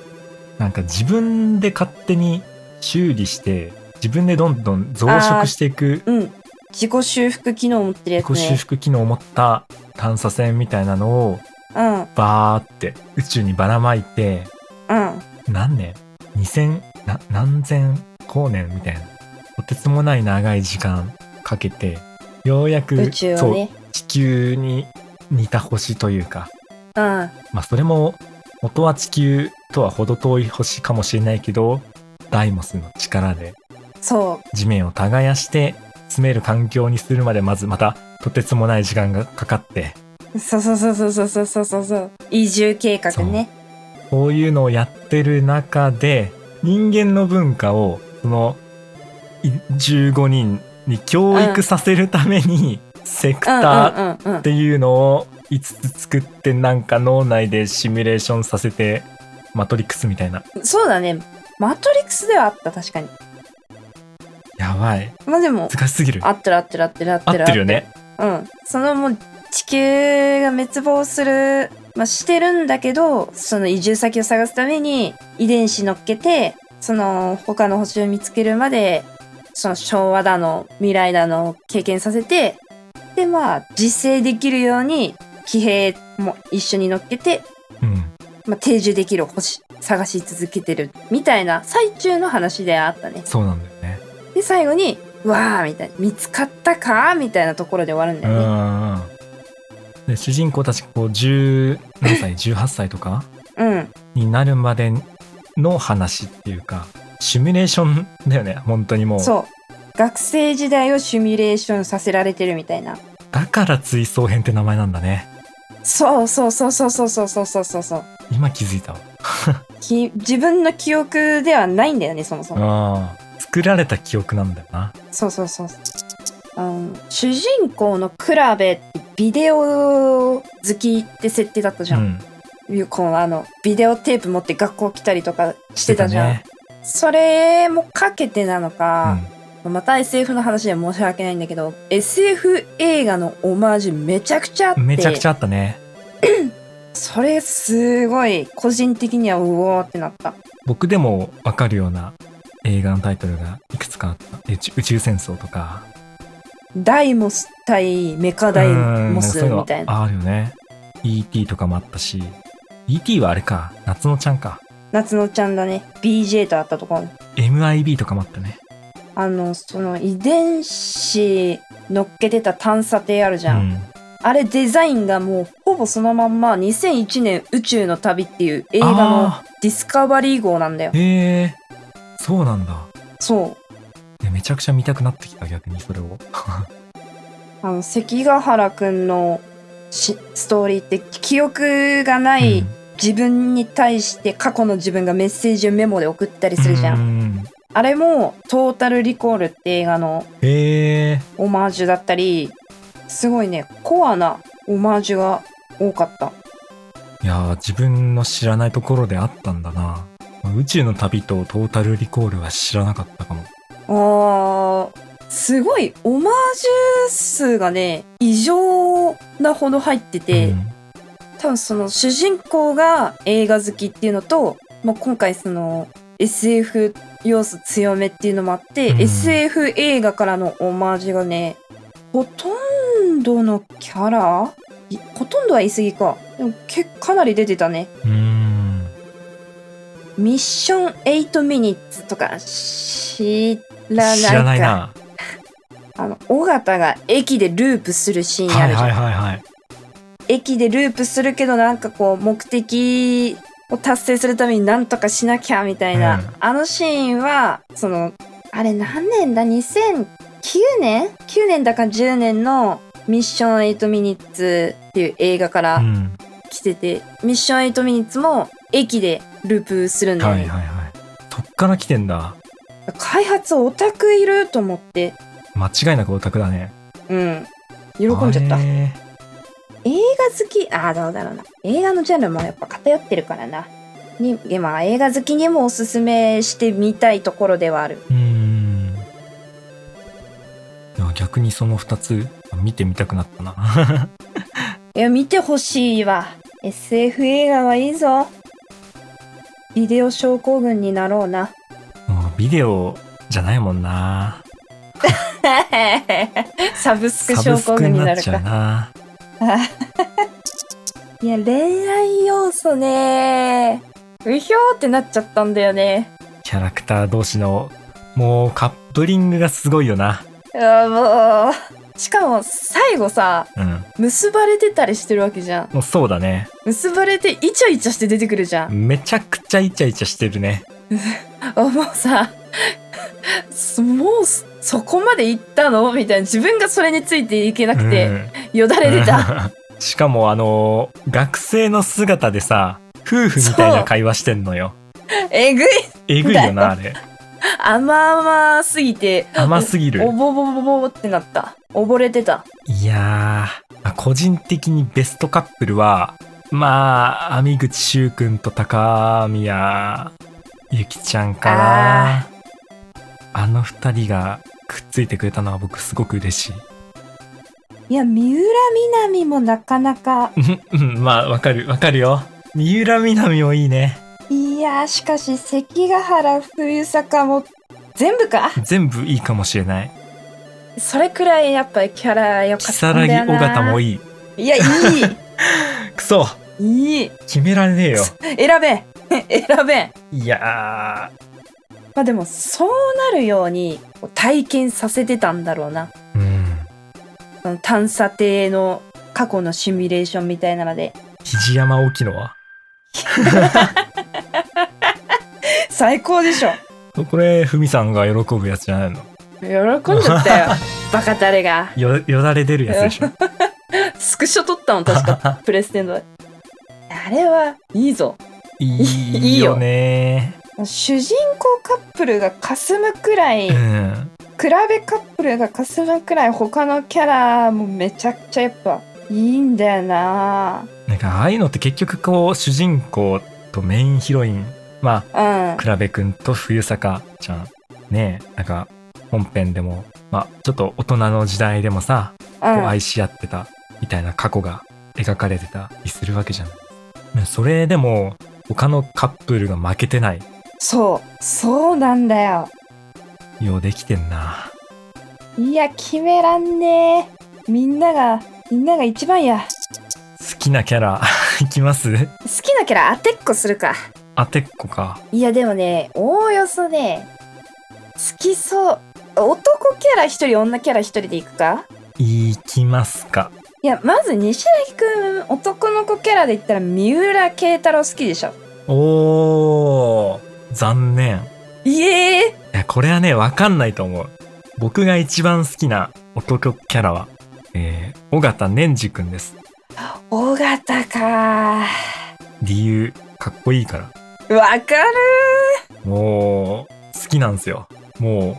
なんか自分で勝手に修理して自分でどんどん増殖していく
うん自己修復機能持ってるや
自
つ
己修
ね
復機能を持った探査船みたいなのを
うんうん
バーって宇宙にばらまいて何年2000な何千光年みたいなとてつもない長い時間かけてようやく、
宇宙は
そう
ね
地球に似た星というか
うん
まあそれも元は地球とは程遠い星かもしれないけどダイモスの力で
そ
地面を耕して住める環境にするまでまずまたとてつもない時間がかかって
うそうそうそうそうそうそうそうそう移住計画ね
こういうのをやってる中で人間の文化をそのい15人に教育させるためにセク
うんう
ターっ
んうんうん
ていうのを5つ作ってなんか脳内でシミュレーションさせてマトリックスみたいな
そうだね。マトリックスではあった、確かに。
やばい
まあ でも、
難しすぎる
あってるあってるあってるあっ
合
てる。
ってるよね
うん。そのもう、地球が滅亡する、まあしてるんだけど、その移住先を探すために遺伝子乗っけて、その他の星を見つけるまで、その昭和だの、未来だのを経験させて、でまあ、実生できるように、騎兵も一緒に乗っけて、
うん
まあ、定住できる星探し続けてるみたいな最中の話であったね。
そうなんだよね
で最後に「わー」みたいな「見つかったか?」みたいなところで終わる
う
んだよね。
んうんで主人公たちこう10何歳18歳とか
うん、
になるまでの話っていうかシミュレーションだよね本当にもう
そう学生時代をシミュレーションさせられてるみたいな
だから追走編って名前なんだね
そうそうそうそうそうそうそうそうそうそう
今気づいた
き自分の記憶ではないんだよねそもそも
わうん作られた記憶なんだよな
そうそうそうあの主人公のクラベってビデオ好きって設定だったじゃ。
うんん、
ゆうこのあの、ビデオテープ持って学校来たりとかしてたじゃん。
ね
それもかけてなの
う
か、
ん、
また SF の話で申し訳ないんだけど、SF 映画のオマージュめちゃくちゃあって、
めちゃくちゃあったね
それすごい個人的にはうおーってなった。
僕でもわかるような映画のタイトルがいくつかあったえち宇宙戦争とか
ダイモス対メカダイモス
うんん
み
かそう
た
う
い
の
な。
あるよね E.T. とかもあったし E.T. はあれか夏のちゃんか
夏のちゃんだね。BJ とあったところ。
MIB とかもあったね
あの、その遺伝子乗っけてた探査艇あるじゃん。
うん
あれデザインがもうほぼそのまんま2001年宇宙の旅っていう映画の
あ
ディスカバリー号なんだよ
ー。へえそうなんだ
そう。
いやめちゃくちゃ見たくなってきた逆にそれを
あの、関ヶ原くんのしストーリーって記憶がない
うん
自分に対して過去の自分がメッセージをメモで送ったりするじゃん。
ん
あれもトータルリコールって映画の
へえ
オマージュだったり、すごいね、コアなオマージュが多かった。
いやー自分の知らないところであったんだな宇宙の旅とトータルリコールは知らなかったかも
あー、すごいオマージュ数がね、異常なほど入ってて、
うん
多分その主人公が映画好きっていうのと、まあ、今回その SF 要素強めっていうのもあって、
うん
SF 映画からのオマージュがねほとんどのキャラいほとんどは言い過ぎかでもけかなり出てたね
うーん
「ミッション8ミニッツ」とか知らないか
知らないな
あの尾形が駅でループするシーンあ
は
る
い
じゃ
は
ん、
いはいはい
駅でループするけどなんかこう目的を達成するためになんとかしなきゃみたい
う
な、
ん
あのシーンはそのあれ何年だ2009年 ?9 年だか10年の「ミッション8ミニッツ」っていう映画か
う
ら
ん
来てて、ミッション8ミニッツも駅でループするんだよ
は
ね、
いはいはいそっから来てんだ
開発オタクいると思って
間違いなくオタクだね
うん喜んじゃった
あれ
映画好きああどうだろうな映画のジャンルもやっぱ偏ってるからなに今映画好きにもおすすめしてみたいところではある
うーんいや逆にその2つ見てみたくなったな
いや見てほしいわ SF 映画はいいぞビデオ症候群になろうな
もうビデオじゃないもんな
サブスク
サ
症
ブス
候
ク
群
に
に
な
な
っ
る
ちゃう
か
ない
や恋愛要素ねうひょーってなっちゃったんだよね
キャラクター同士のもうカップリングがすごいよな
あもうしかも最後さ
うん
結ばれてたりしてるわけじゃん
もうそうだね
結ばれてイチャイチャして出てくるじゃん。
めちゃくちゃイチャイチャしてるね
あもうさすもうそそこまで行ったのみたいな自分がそれについていけなく
う
て
ん
よだれ出た。
しかもあのー学生の姿でさ夫婦みたいな会話してんのよ
えぐい
えぐいよなあれ
甘々すぎて
甘すぎる
おぼぼぼぼぼってなった。溺れてた。
いやーあ個人的にベストカップルはまあ網口柊君と高宮ゆきちゃんかなあの二人がくっついてくれたのは僕すごく嬉しい
いや三浦みなみもなかなか
うんうんまあわかるわかるよ三浦みなみもいいね
いやしかし関ヶ原冬坂も全部か
全部いいかもしれない
それくらいやっぱりキャラ良か
如
った
月
んだよ
尾
な。
形も
い
いい
い。いやい
くそ
いいい
決められねえよ
選べん選べん
いや
まあでもそうなるようにこう体験させてたんだろうな
ーうん
その探査艇の過去のシミュレーションみたいなので
肘山沖野は
最高でしょ
これふみさんが喜ぶやつじゃないの
喜 んじゃったよバカタレが
よよだれ出るやつでしょ
スクショ撮ったの確か プレステンドであれはいいぞ
いい
いいよ
よね
主人公カップルが霞むくらい比
うん
べカップルが霞むくらい他のキャラもめちゃくちゃやっぱいいんだよな
なんかああいうのって結局こう主人公とメインヒロインま
うん
あ比べくんと冬坂ちゃんねえなんか本編でもまあちょっと大人の時代でもさこう
うん
愛し合ってたみたいな過去が描かれてたりするわけじゃん。ねそれでも他のカップルが負けてない
そうそうなんだよ
ようできてんな。
いや決めらんねえみんながみんなが一番や
好きなキャラ いきます
好きなキャラ当てっこするか
あてっこか。
いやでもねおおよそね好きそう男キャラ一人女キャラ一人でいくか
いきますか。
いやまず西崎くん男の子キャラで言ったら三浦慶太郎好きでしょ
おー残念。
いえ
いや、これはね、わかんないと思う。僕が一番好きな男キャラは、えー、尾形年次くんです。
尾形か
理由、かっこいいから。
わかる
もう、好きなんですよ。もう、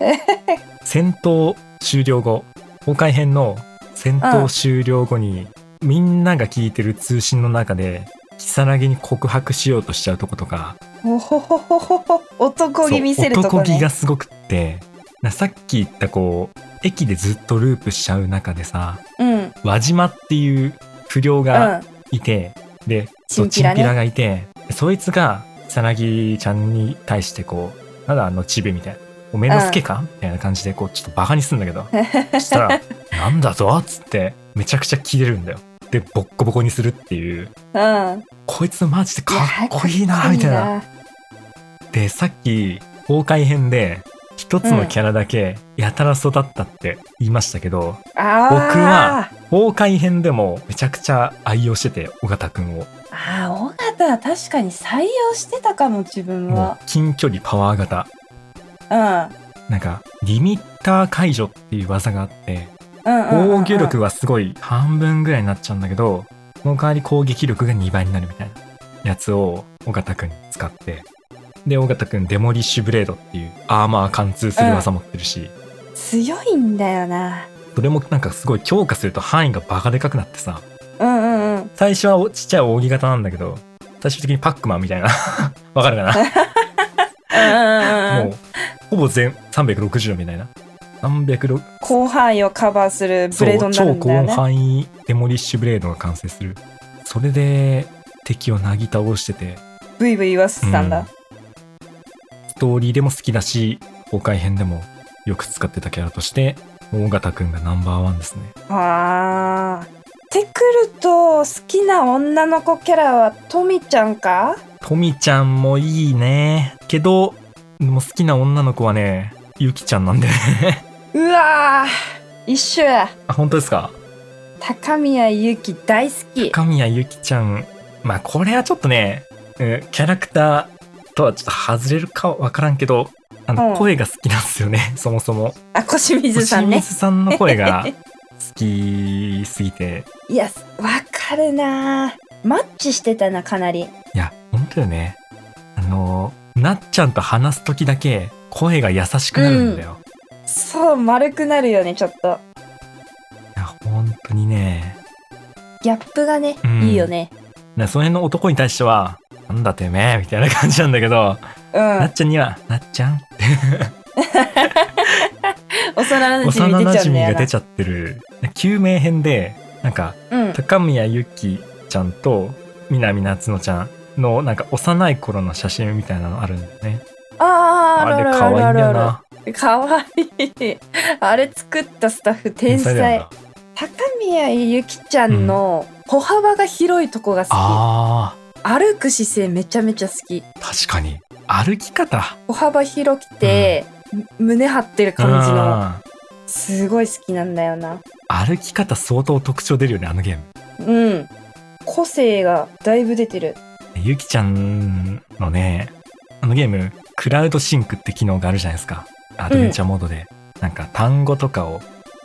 戦闘終了後、崩壊編の戦闘終了後に、みんなが聞いてる通信の中で、如月に告白しようとしちゃうとことか、
おほほほほほ男気見せると
そう
こ
男気
ね
がすごくって、なさっき言ったこう、駅でずっとループしちゃう中でさ、
うんうん
輪島っていう不良がいて、で、そう
チンピラね
チンピラがいて、でそいつが、さなぎちゃんに対してこう、なんだあのチビみたいな、おめえのすけか、みたいな感じで、こう、ちょっとバカにすんだけど、そした ら、なんだぞっつって、めちゃくちゃ切れるんだよ。で、ボッコボコにするっていう、
うん
こいつマジでかっこいいなみたいな。
や
で、さっき、崩壊編で、一つのキャラだけ、やたら育ったって言いましたけど、
あ
僕
ー
は崩壊編でもめちゃくちゃ愛用してて尾形くんを
あー尾形は確かに採用してたかも自分
も
は
う近距離パワー型
うんうん
なんかリミッター解除っていう技があって
うんうん
防御力はすごい半分ぐらいになっちゃうんだけどその代わり攻撃力が2倍になるみたいなやつを尾形くんに使ってで尾形くんデモリッシュブレードっていうアーマー貫通する技持ってるし、
強いんだよな
それもなんかすごい強化すると範囲がバカでかくなってさ
うんうんうん
最初はおちっちゃい扇形なんだけど最終的にパックマンみたいな わかるかな
うんうんう
も
ん
う、ほぼ全360度みたいな。360
広範囲をカバーするブレードにな
そ
る
うん超
だよ
広
ね
範囲デモリッシュブレードが完成する。それで敵をなぎ倒してて、
ブイブイ言わせてたん
うん
だ
ストーリーでも好きだし、崩壊編でもよく使ってたキャラとして、大型くんがナンバーワンですね。
あーってくると好きな女の子キャラはトミちゃんか
トミちゃんもいいね。けど、もう好きな女の子はね、ゆきちゃんなんでね。
うわー一緒や
あ、本当ですか
高宮ゆき大好き
神谷ゆきちゃんまあこれはちょっとね、うんキャラクターとはちょっと外れるかわからんけどあの、
うん
声が好きなんですよね そもそも
あ腰水さ
星
んね
水さんの声が好きすぎて
いやわかるなーマッチしてたなかなり
いや本当よねあのなっちゃんと話す時だけ声が優しくなるんだよ、
そう丸くなるよねちょっと
いや本当にね
ギャップがね、
うん
いいよね
なその辺の男に対してはなんだてめえみたいな感じなんだけど、
うん
なっちゃんにはなっちゃん
幼馴
幼
染み出
馴
ちゃうんだ
染
よ
が
な
出ちゃってる救命編でなんか
うん
高宮ゆきちゃんと南夏乃ちゃんのなんか幼い頃の写真みたいなのあるんだよね
あー
あれ
ある
可愛いんだ
ある
よ
あるあ
な
るかわいい あれ作ったスタッフ天才
だよな
高宮ゆきちゃんの歩幅が広いとこが好
あ
き、歩く姿勢めちゃめちゃ好き
ー確かに歩き方
歩幅広くて、む胸張ってる感じの
うん
すごい好きなんだよな
歩き方相当特徴出るよねあのゲーム
うん個性がだいぶ出てる
ゆきちゃんのねあのゲームクラウドシンクって機能があるじゃないですかアドベンチャーモードで、なんか単語とかを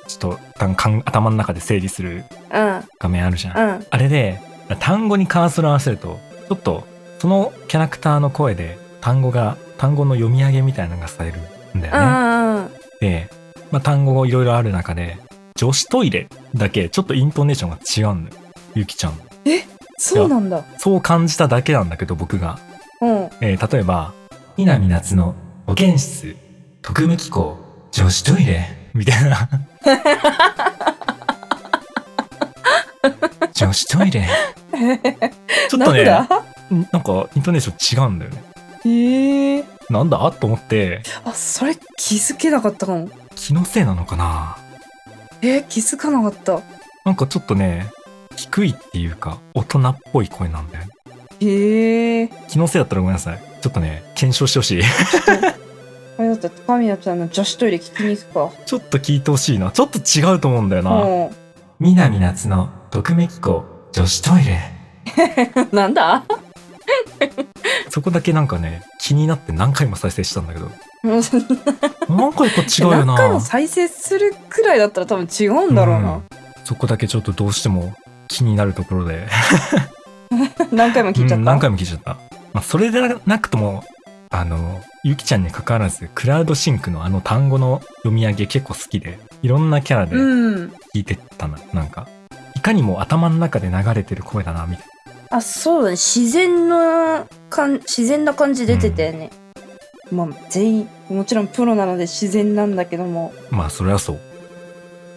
ちょっと単かん頭の中で整理する
うん
画面あるじゃん
うん
あれで、単語にカーソルを合わせると、ちょっと、そのキャラクターの声で、単語が、単語の読み上げみたいなのがされるんだよね。
うんうんうん
で、まあ、単語がいろいろある中で、女子トイレだけちょっとイントネーションが違うんだよ。ゆきちゃん。
そうなんだ。
そう感じただけなんだけど僕が。
うん。
えー例えば、南夏の保健室、特務機構、女子トイレ、みたい な。女子トイレ。ちょっとね、
なんだ
んなんかイントネーション違うんだよね。
へえー。
なんだと思って、
あ、それ気づけなかったかも。
気のせいなのかな
えー、気づかなかった。
なんかちょっとね、低いっていうか、大人っぽい声なんだよね。
へえー。
気のせいだったらごめんなさい。ちょっとね、検証してほしい。
あれだった、神谷ちゃんの女子トイレ聞きに行くか。
ちょっと聞いてほしいな。ちょっと違うと思うんだよな。
う
南夏の特命機構女子トイレ
ん。 な んだ
そこだけなんかね気になって何回も再生したんだけど
もう
何回か違うよな
何回も再生するくらいだったら多分違うんだろう
う
な。
んそこだけちょっとどうしても気になるところで
何回も聞いちゃ
う
っ
ん
た。
何回も聞いちゃった、まあ、それでなくともあのゆきちゃんに関わらずクラウドシンクのあの単語の読み上げ結構好きでいろんなキャラで聞
うん。
いてったな,、なんかいかにも頭の中で流れてる声だなみたい
あ、そうだね。自然の感、自然な感じ出てたよね。まあ、全員、もちろんプロなので自然なんだけども、
なまあそれはそう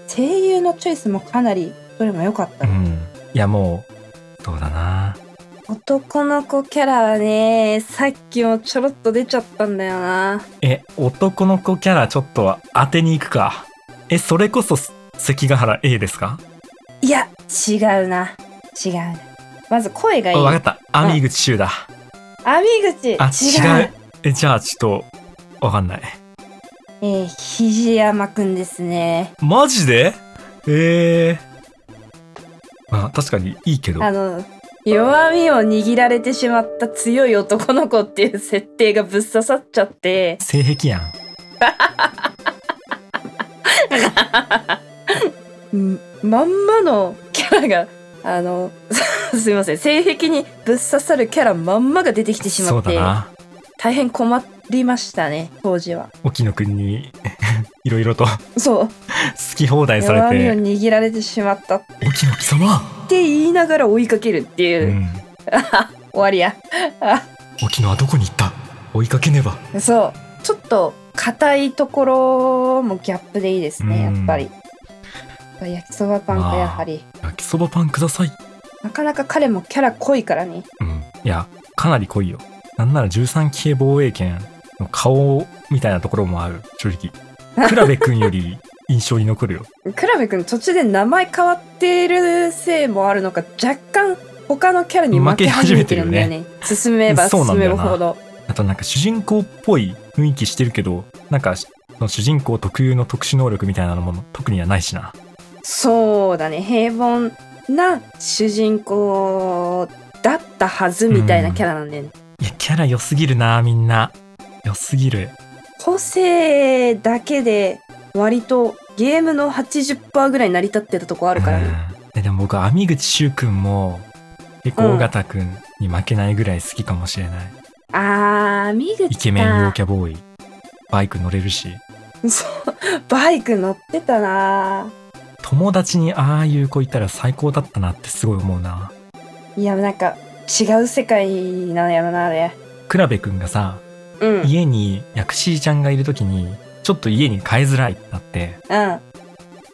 声優のチョイスもかなり、どれも良かった
う
ね。
んいやもうそうだな
男の子キャラはね、さっきもちょろっと出ちゃったんだよな。
え、男の子キャラちょっと当てに行くか。え、それこそす関ヶ原 A ですか
いや、違うな。違うな。まず声がい
あ
い。
わかった。
ん
網口修だ。
網口違
あ、違
う
う。。え、じゃあちょっと、わかんない。
えー、肘山くんですね。
マジでえー。まあ確かにいいけど。
あの、弱みを握られてしまった強い男の子っていう設定がぶっ刺さっちゃって、
性癖やん。
うんまんまのキャラが、あの、 すいません、性癖にぶっ刺さるキャラまんまが出てきてし
そ
ま
う
っ
だ
て、
な。
大変困りましたね、当時は。
沖野くんに いろいろと 好
そう、
き放題さ
弱みを
れて、
握られてしまったっ
沖野貴様
て言いながら追いかけるっていうう、
ん。
終わりや。
沖野はどこに行った追いかけねば。
そうちょっと硬いところもギャップでいいですね
うん
やっぱり焼きそばパンがやはり
焼きそばパンください。
なかなか彼もキャラ濃いからね
うん。いや、かなり濃いよ。なんなら13系防衛圏の顔みたいなところもある、正 直。倉部くんより印象に残るよ。
クラベ君途中で名前変わってるせいもあるのか若干他のキャラに負け始めてるんだよね進めば
そうな
進
んだ
め
よ
ば
な
ほど
あとなんか主人公っぽい雰囲気してるけど、なんか、その主人公特有の特殊能力みたいなのも特にはないしな。
そうだね平凡な主人公だったはずみたいなキャラなんだよね、
いや、キャラ良すぎるな、みんな。良すぎる。
個性だけで割とゲームの80%ぐらい成り立ってたとこあるからね、
うん、でも僕、網口修くんも、結構、尾形くんに負けないぐらい好きかもしれない。
あー見口か
イケメン陽キャボーイ。バイク乗れるし。
そうバイク乗ってたな
友達にああいう子いたら最高だったなってすごい思うない
やなんか違う世界なのやろなあれ
倉部くんがさ
うんうん
家に薬師ちゃんがいる時にちょっと家に帰りづらいってなって
あ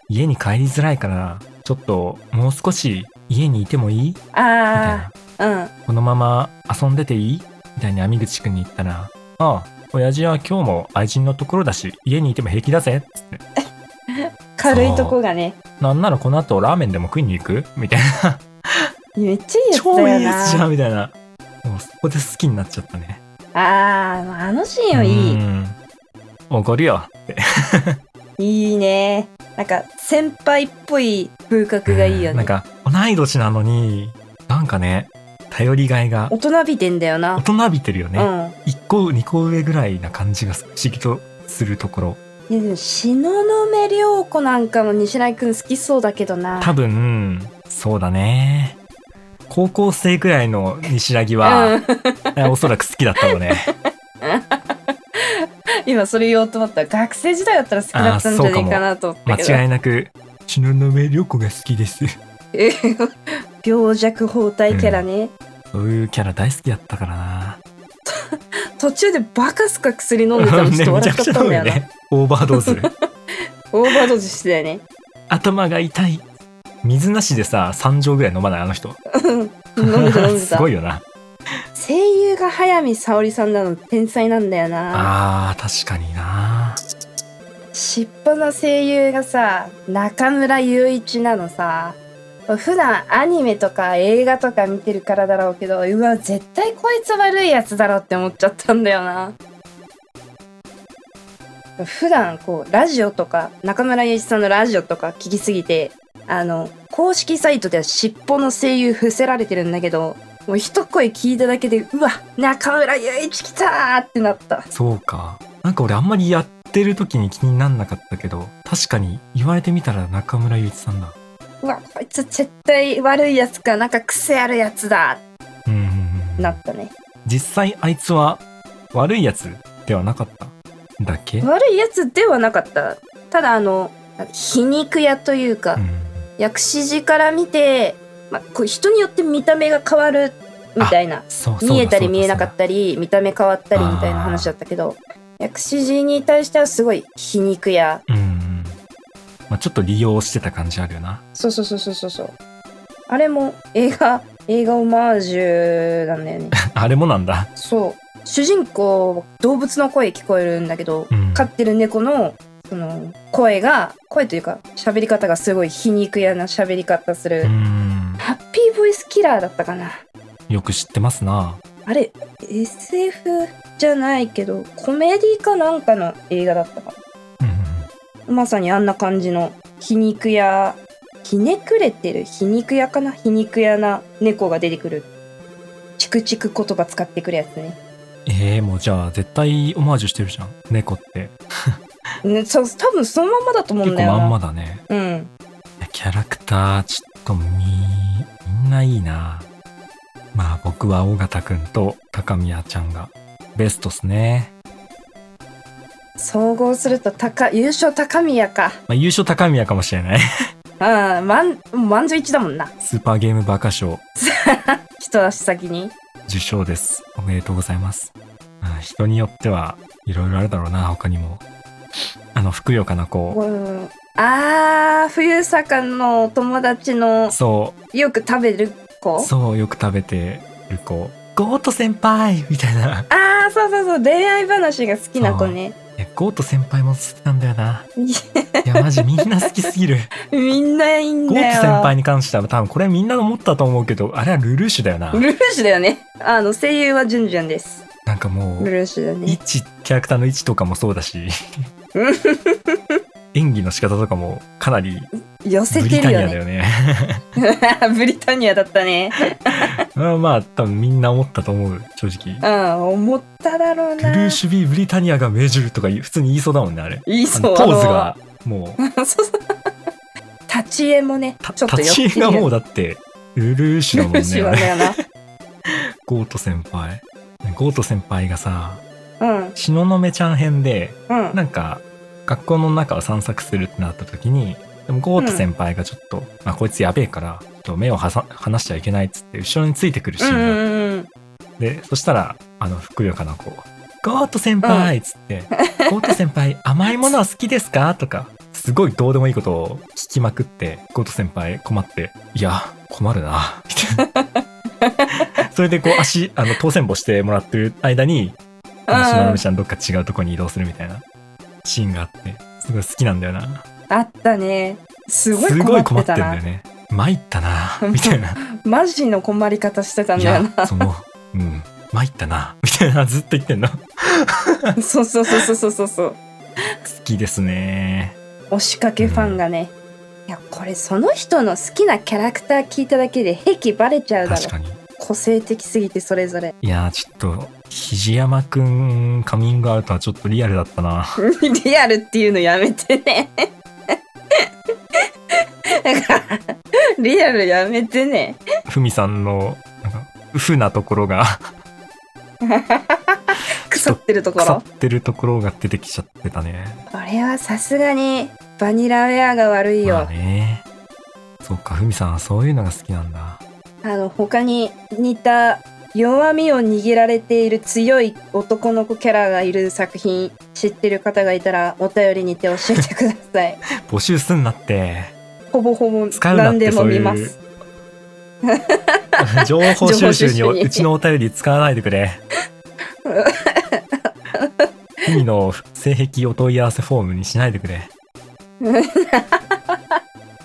家に帰りづらいからちょっともう少し家にいてもいいみたい
あ
な
ー
このまま遊んでていいみたいに網口くんに言ったら「ああ親父は今日も愛人のところだし家にいても平気だぜ」っつって
うん軽いとこがね
「なんならこの後ラーメンでも食いに行く?」みたいな
めっちゃいい
「
やつだよ
超
ない
いやつじゃん」みたいなもうそこで好きになっちゃったね
あーあのシーンはいい、
うん怒るよ。
いいねなんか先輩っぽい風格がいいよね、
なんか、同い年なのに、なんかね、頼りがいが
大、人びてんだよな、
大人びてるよ
う
ね。
ん
一個、二個上ぐらいな感じが不思議とするところ。
いやでも東雲涼子なんかも西成くん好きそうだけどな
多分、そうだね。高校生ぐらいの西ラギ
う
は、
ん、
おそらく好きだったよね。
今それ言おうと思ったら学生時代だったら好きだったんじゃねえかなと思ったけど
間違いなく、東雲涼子が好きです。
えへへ 病弱包帯キャラね、
そういうキャラ大好きだったからな。
途中でバカすか薬飲んでたのちょっと笑っちゃったんだよな、
ね。オーバードーズ。
オーバードーズしてたよね
頭が痛い。水なしでさ、3錠ぐらい飲まないあの人。
うん飲んでた飲んで
す
た
ごいよな。
声優が早見沙織さんなの天才なんだよな
あー、確かにな。
尻尾の声優がさ中村雄一なのさ普段アニメとか映画とか見てるからだろうけどうわ絶対こいつ悪いやつだろって思っちゃったんだよな普段こうラジオとか中村雄一さんのラジオとか聞きすぎてあの公式サイトでは尻尾の声優伏せられてるんだけどもう一声聞いただけでうわ中村雄一来たーってなった
そうか。なんか俺あんまりやってる時に気になんなかったけど、確かに言われてみたら中村祐一さんだ。
うわこいつ絶対悪いやつかなんか癖あるやつだ
うんうんうん。
なったね
実際あいつは悪いやつではなかっただっけ、うん、
悪いやつではなかったただあの皮肉屋というか、薬師寺から見て、まあ、こう人によって見た目が変わるみたいな
そうそうだ
見えたり
そうだ
見えなかったり見た目変わったりみたいな話だったけど薬師寺に対してはすごい皮肉屋
そうだうんうんまあ、ちょっと利用してた感じあるよな
そうそうそうそうそうそうあれも映画映画オマージュなんだ よね
あれもなんだ
そう主人公動物の声聞こえるんだけど
うん
飼ってる猫のその声が声というか喋り方がすごい皮肉屋な喋り方する、
うん
ハッピーボイスキラーだったかな
よく知ってますな
あれ SF じゃないけどコメディかなんかの映画だったか
うんうん
なまさにあんな感じの皮肉屋ひねくれてる皮肉屋かな皮肉屋な猫が出てくるチクチク言葉使ってくるやつね
えー、もうじゃあ絶対オマージュしてるじゃん猫って
ねそう多分そのまんまだと思う
結
んだ
構
よな
まんまだね
うん
いやキャラクターちょっとみみんないいなまあ僕は尾形くんと高宮ちゃんがベストっすね、
総合すると高優勝高宮か
まあ、優勝高宮かもしれない
ああ、満、満場一致だもんな。
スーパーゲームバカ賞
一足先に。
受賞です。おめでとうございます。まあ、人によってはいろいろあるだろうな、他にも。あの、ふくよかな子。
うん。あー、冬坂のお友達の
そ
よく食べる
う、
子
そう、よく食べてる子。ゴート先輩みたいな。
あー、そうそうそう、恋愛話が好きな子ね。
いやゴート先輩も好きなんだよな。
い
いや、マジみんな好きすぎる。
や みん ないいん
ゴー
だよ。
ト先輩に関しては多分これみんな思ったと思うけど、あれはルルーシュだよな。
ルルーシュだよね。あの、声優はジュンジュンです。
なんかも
ル
う、
ルーシュだ
位
ね。
置、キャラクターの位置とかもそうだし
う。
演技の仕方とかもかなり
寄せ
ブリ
て
タ
る
ニア
よ
だ
ね。
よね。
ブリタニアだったね。
まあまあ多分みんな思ったと思う正直
うん、思っただろう
ブル
な。
ーシュビーブリタニアが命じるとか言う普通に言いそうだもんねあれ
いい
あ
そう。
のポーズがもう
あの。 そうそう。立ち絵もね、
た
ちょっと寄ってる
立ち絵がもうだってルルーシュだもん
ルルーシュは
ね
だよな。
ゴート先輩ゴート先輩がさ
うん
東雲ちゃん編で
うん
なんか学校の中を散策するってなった時にでもゴート先輩がちょっと、まあ、こいつやべえからちょっと目をはさ離しちゃいけないっつって後ろについてくるシーン
う
があって
んうんうん
で、そしたら、あの、ふくよかな子、ゴート先輩っつ って、ゴート先輩、甘いものは好きですかとか、すごいどうでもいいことを聞きまくって、ゴート先輩困って、いや、困るな、みたい な。それでこう足、あの、当選簿してもらってる間に、あの、しのぶちゃんどっか違うとこに移動するみたいなシーンがあって、すごい好きなんだよな。
あったねすご
すご
い
い困
困
っ
ってて
ん
た
だよ
な
ね。参った な、みたいな。
マジの困り方してたん
い
だよ
や
な、
その、うん、参ったな、みたいな、ずっと言ってんの。好
そうそうそうそうそうそうそう
きですね。
押しかけファンがね、いやこれその人の好きなキャラクター聞いただけで癖バレちゃうだろ
確かに
個性的すぎてそれぞれ
いやーちょっと肘山くんカミングアウトはちょっとリアルだった な
リアルっていうのやめてね だからリアルやめてね
ふみさんのなんかウフなところが
腐ってるとこ
腐
ろ
ってるところが出てきちゃってたね
これはさすがにバニラウェアが悪いよ、
まあねそうか、ふみさんはそういうのが好きなんだ。
あの他に似た弱みを握られている強い男の子キャラがいる作品知ってる方がいたらお便りにて教えてください
募集すんなって。
ほぼほぼ
使うなっ
何
て
でも
そうい
見
う
ます
情報収集に
情報収集に
うちのお便り使わないでくれ。 海の性癖お問い合わせフォームにしないでく れ。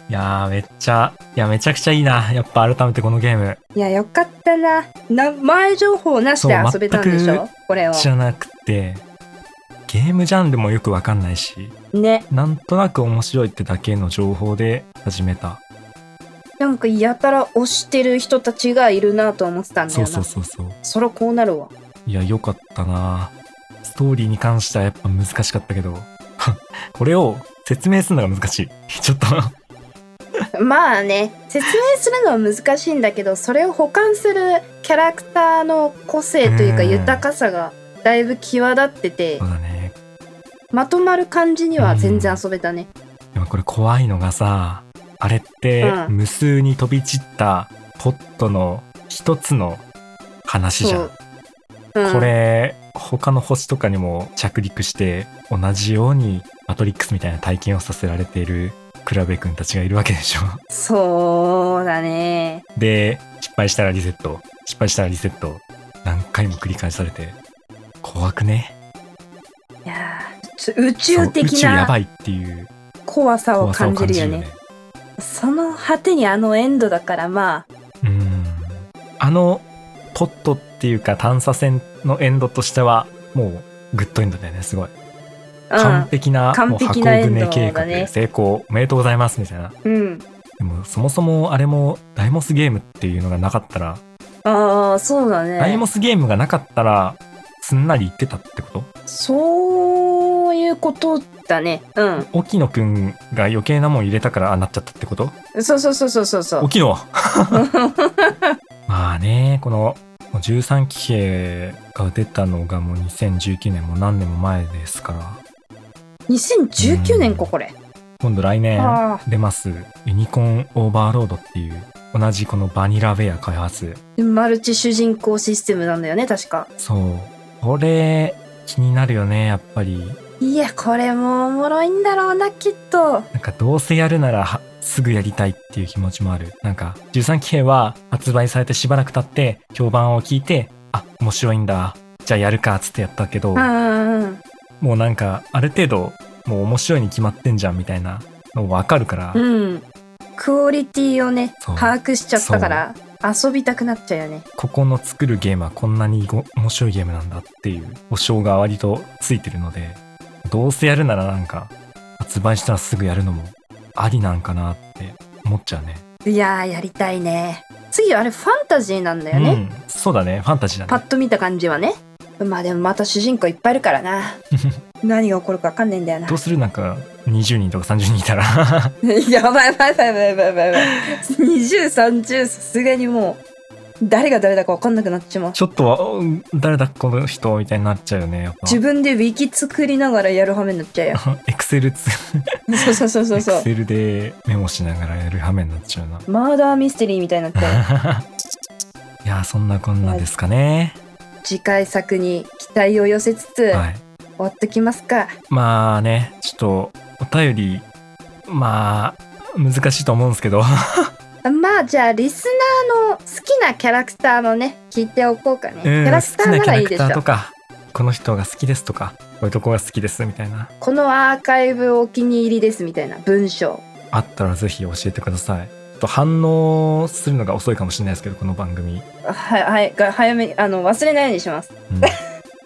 いやーめっちゃいやめちゃくちゃいいなやっぱ改めてこのゲーム
いやよかったなな前情報なしで
そう
遊べたんでし
全
ょこれを
知らなくてゲームジャンルもよくわかんないし
ね
なんとなく面白いってだけの情報で始めた
なんかやたら推してる人たちがいるなと思ってたんだよ
そう
な
そうそうそう
そらこうなるわ
いや、良かったなストーリーに関してはやっぱ難しかったけど、 これを説明するのが難しい。ちょっと、
まあね説明するのは難しいんだけどそれを補完するキャラクターの個性というか
うん
豊かさがだいぶ際立ってて
そうだね。
まとまる感じには全然遊べたね。
でもこれ怖いのがさ、あれって
うん
無数に飛び散ったポットの一つの話じゃん。
そううん、
これ、他の星とかにも着陸して同じようにマトリックスみたいな体験をさせられているクラベ君たちがいるわけでしょ。
そうだね
で失敗したらリセット失敗したらリセット何回も繰り返されて怖くね
いやーちょ宇宙
そう宇
的
宙や
な
ばいっていう
怖さを
怖さを
感じ
感
る
じ
よ
る
ね
よね
その果てにあのエンドだからまあ
うんあのポットっていうか探査船のエンドとしてはもうグッドエンドだよねすごい、完璧な
完璧な
もう箱
エン
舟
ド
計
だ
画
ね
成功おめでとうございますみたいな
うん、うん、
でもそもそもあれもダイモスゲームっていうのがなかったら、
ああそうだね
ダイモスゲームがなかったらすんなりいってたってこと
そういうことだねうん
沖野くんが余計なもん入れたからああなっちゃったってこと
そうそうそうそうそうそう
沖野まあねこのもう13期兵が出たのがもう2019年も何年も前ですから
2019年かこれ、
今度来年
ああ
出ますユニコーンオーバーロードっていう同じこのバニラウェア開発
マルチ主人公システムなんだよね確か
そうこれ気になるよねやっぱり
いやこれもおもろいんだろうなきっと
なんかどうせやるならはすぐやりたいっていう気持ちもある。なんか13期兵は発売されてしばらく経って評判を聞いて、あ、面白いんだ。じゃあやるかっつってやったけど、
うんうんうん
もうなんかある程度もう面白いに決まってんじゃんみたいなのわかるから、
うんクオリティをね
そう
把握しちゃったから遊びたくなっちゃうよね
ここの作るゲームはこんなにご面白いゲームなんだっていう保証が割とついてるので、どうせやるならなんか発売したらすぐやるのもありなんかなって思っちゃうね。
いやーやりたいね次あれファンタジーなんだよね、
うん。そうだね。ファンタジーだね。
パッと見た感じはねまあでもまた主人公いっぱいいるか らな何が起こるか分かんないんだよな
どうするなんか20人とか30人いた ら
やばいやばいやばいやばいやばいやばい。2030さすがにもう誰が誰だか分かんなくなっちまう。
ちょっとはうん誰だこの人みたいになっちゃうよねやっぱ
自分でウィキ作りながらやる羽目になっちゃう よ。
エクセルつ
そうそうそうそう
エク
そう。
セルでメモしながらやる羽目になっちゃうな
マーダーミステリーみたいになっち ゃ
い
う。
やそんなこんなですかね
次回作に期待を寄せつつ、終
はい
わっときますか。
まあねちょっとお便りまあ難しいと思うんです けど
まあじゃあリスナーの好きなキャラクターのね、聞いておこうかね。
うん
キャラクターならいい
好
でし
きなキャラクターと
ょ。
かこの人が好きですとかこういうとこが好きですみたいな
このアーカイブお気に入りですみたいな文章。
あったらぜひ教えてくださいちょっと反応するのが遅いかもしれないですけどこの番組
あはい、はい、が早めに、あの、忘れないようにします。
うん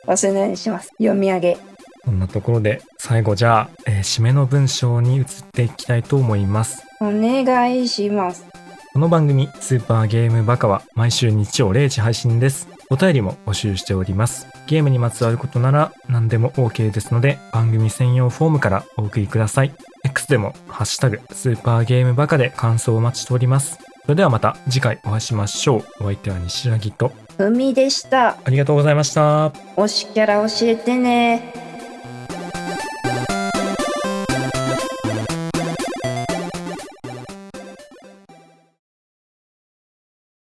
忘れないようにします。読み上げ。
こんなところで最後じゃあ、えー締めの文章に移っていきたいと思います
お願いします。
この番組スーパーゲームバカは毎週日曜0時配信ですお便りも募集しておりますゲームにまつわることなら何でも OK ですので番組専用フォームからお送りください X でもハッシュタグスーパーゲームバカで感想をお待ちしておりますそれではまた次回お会いしましょうお相手は西柳と
海でした。
ありがとうございました
推しキャラ教えてね。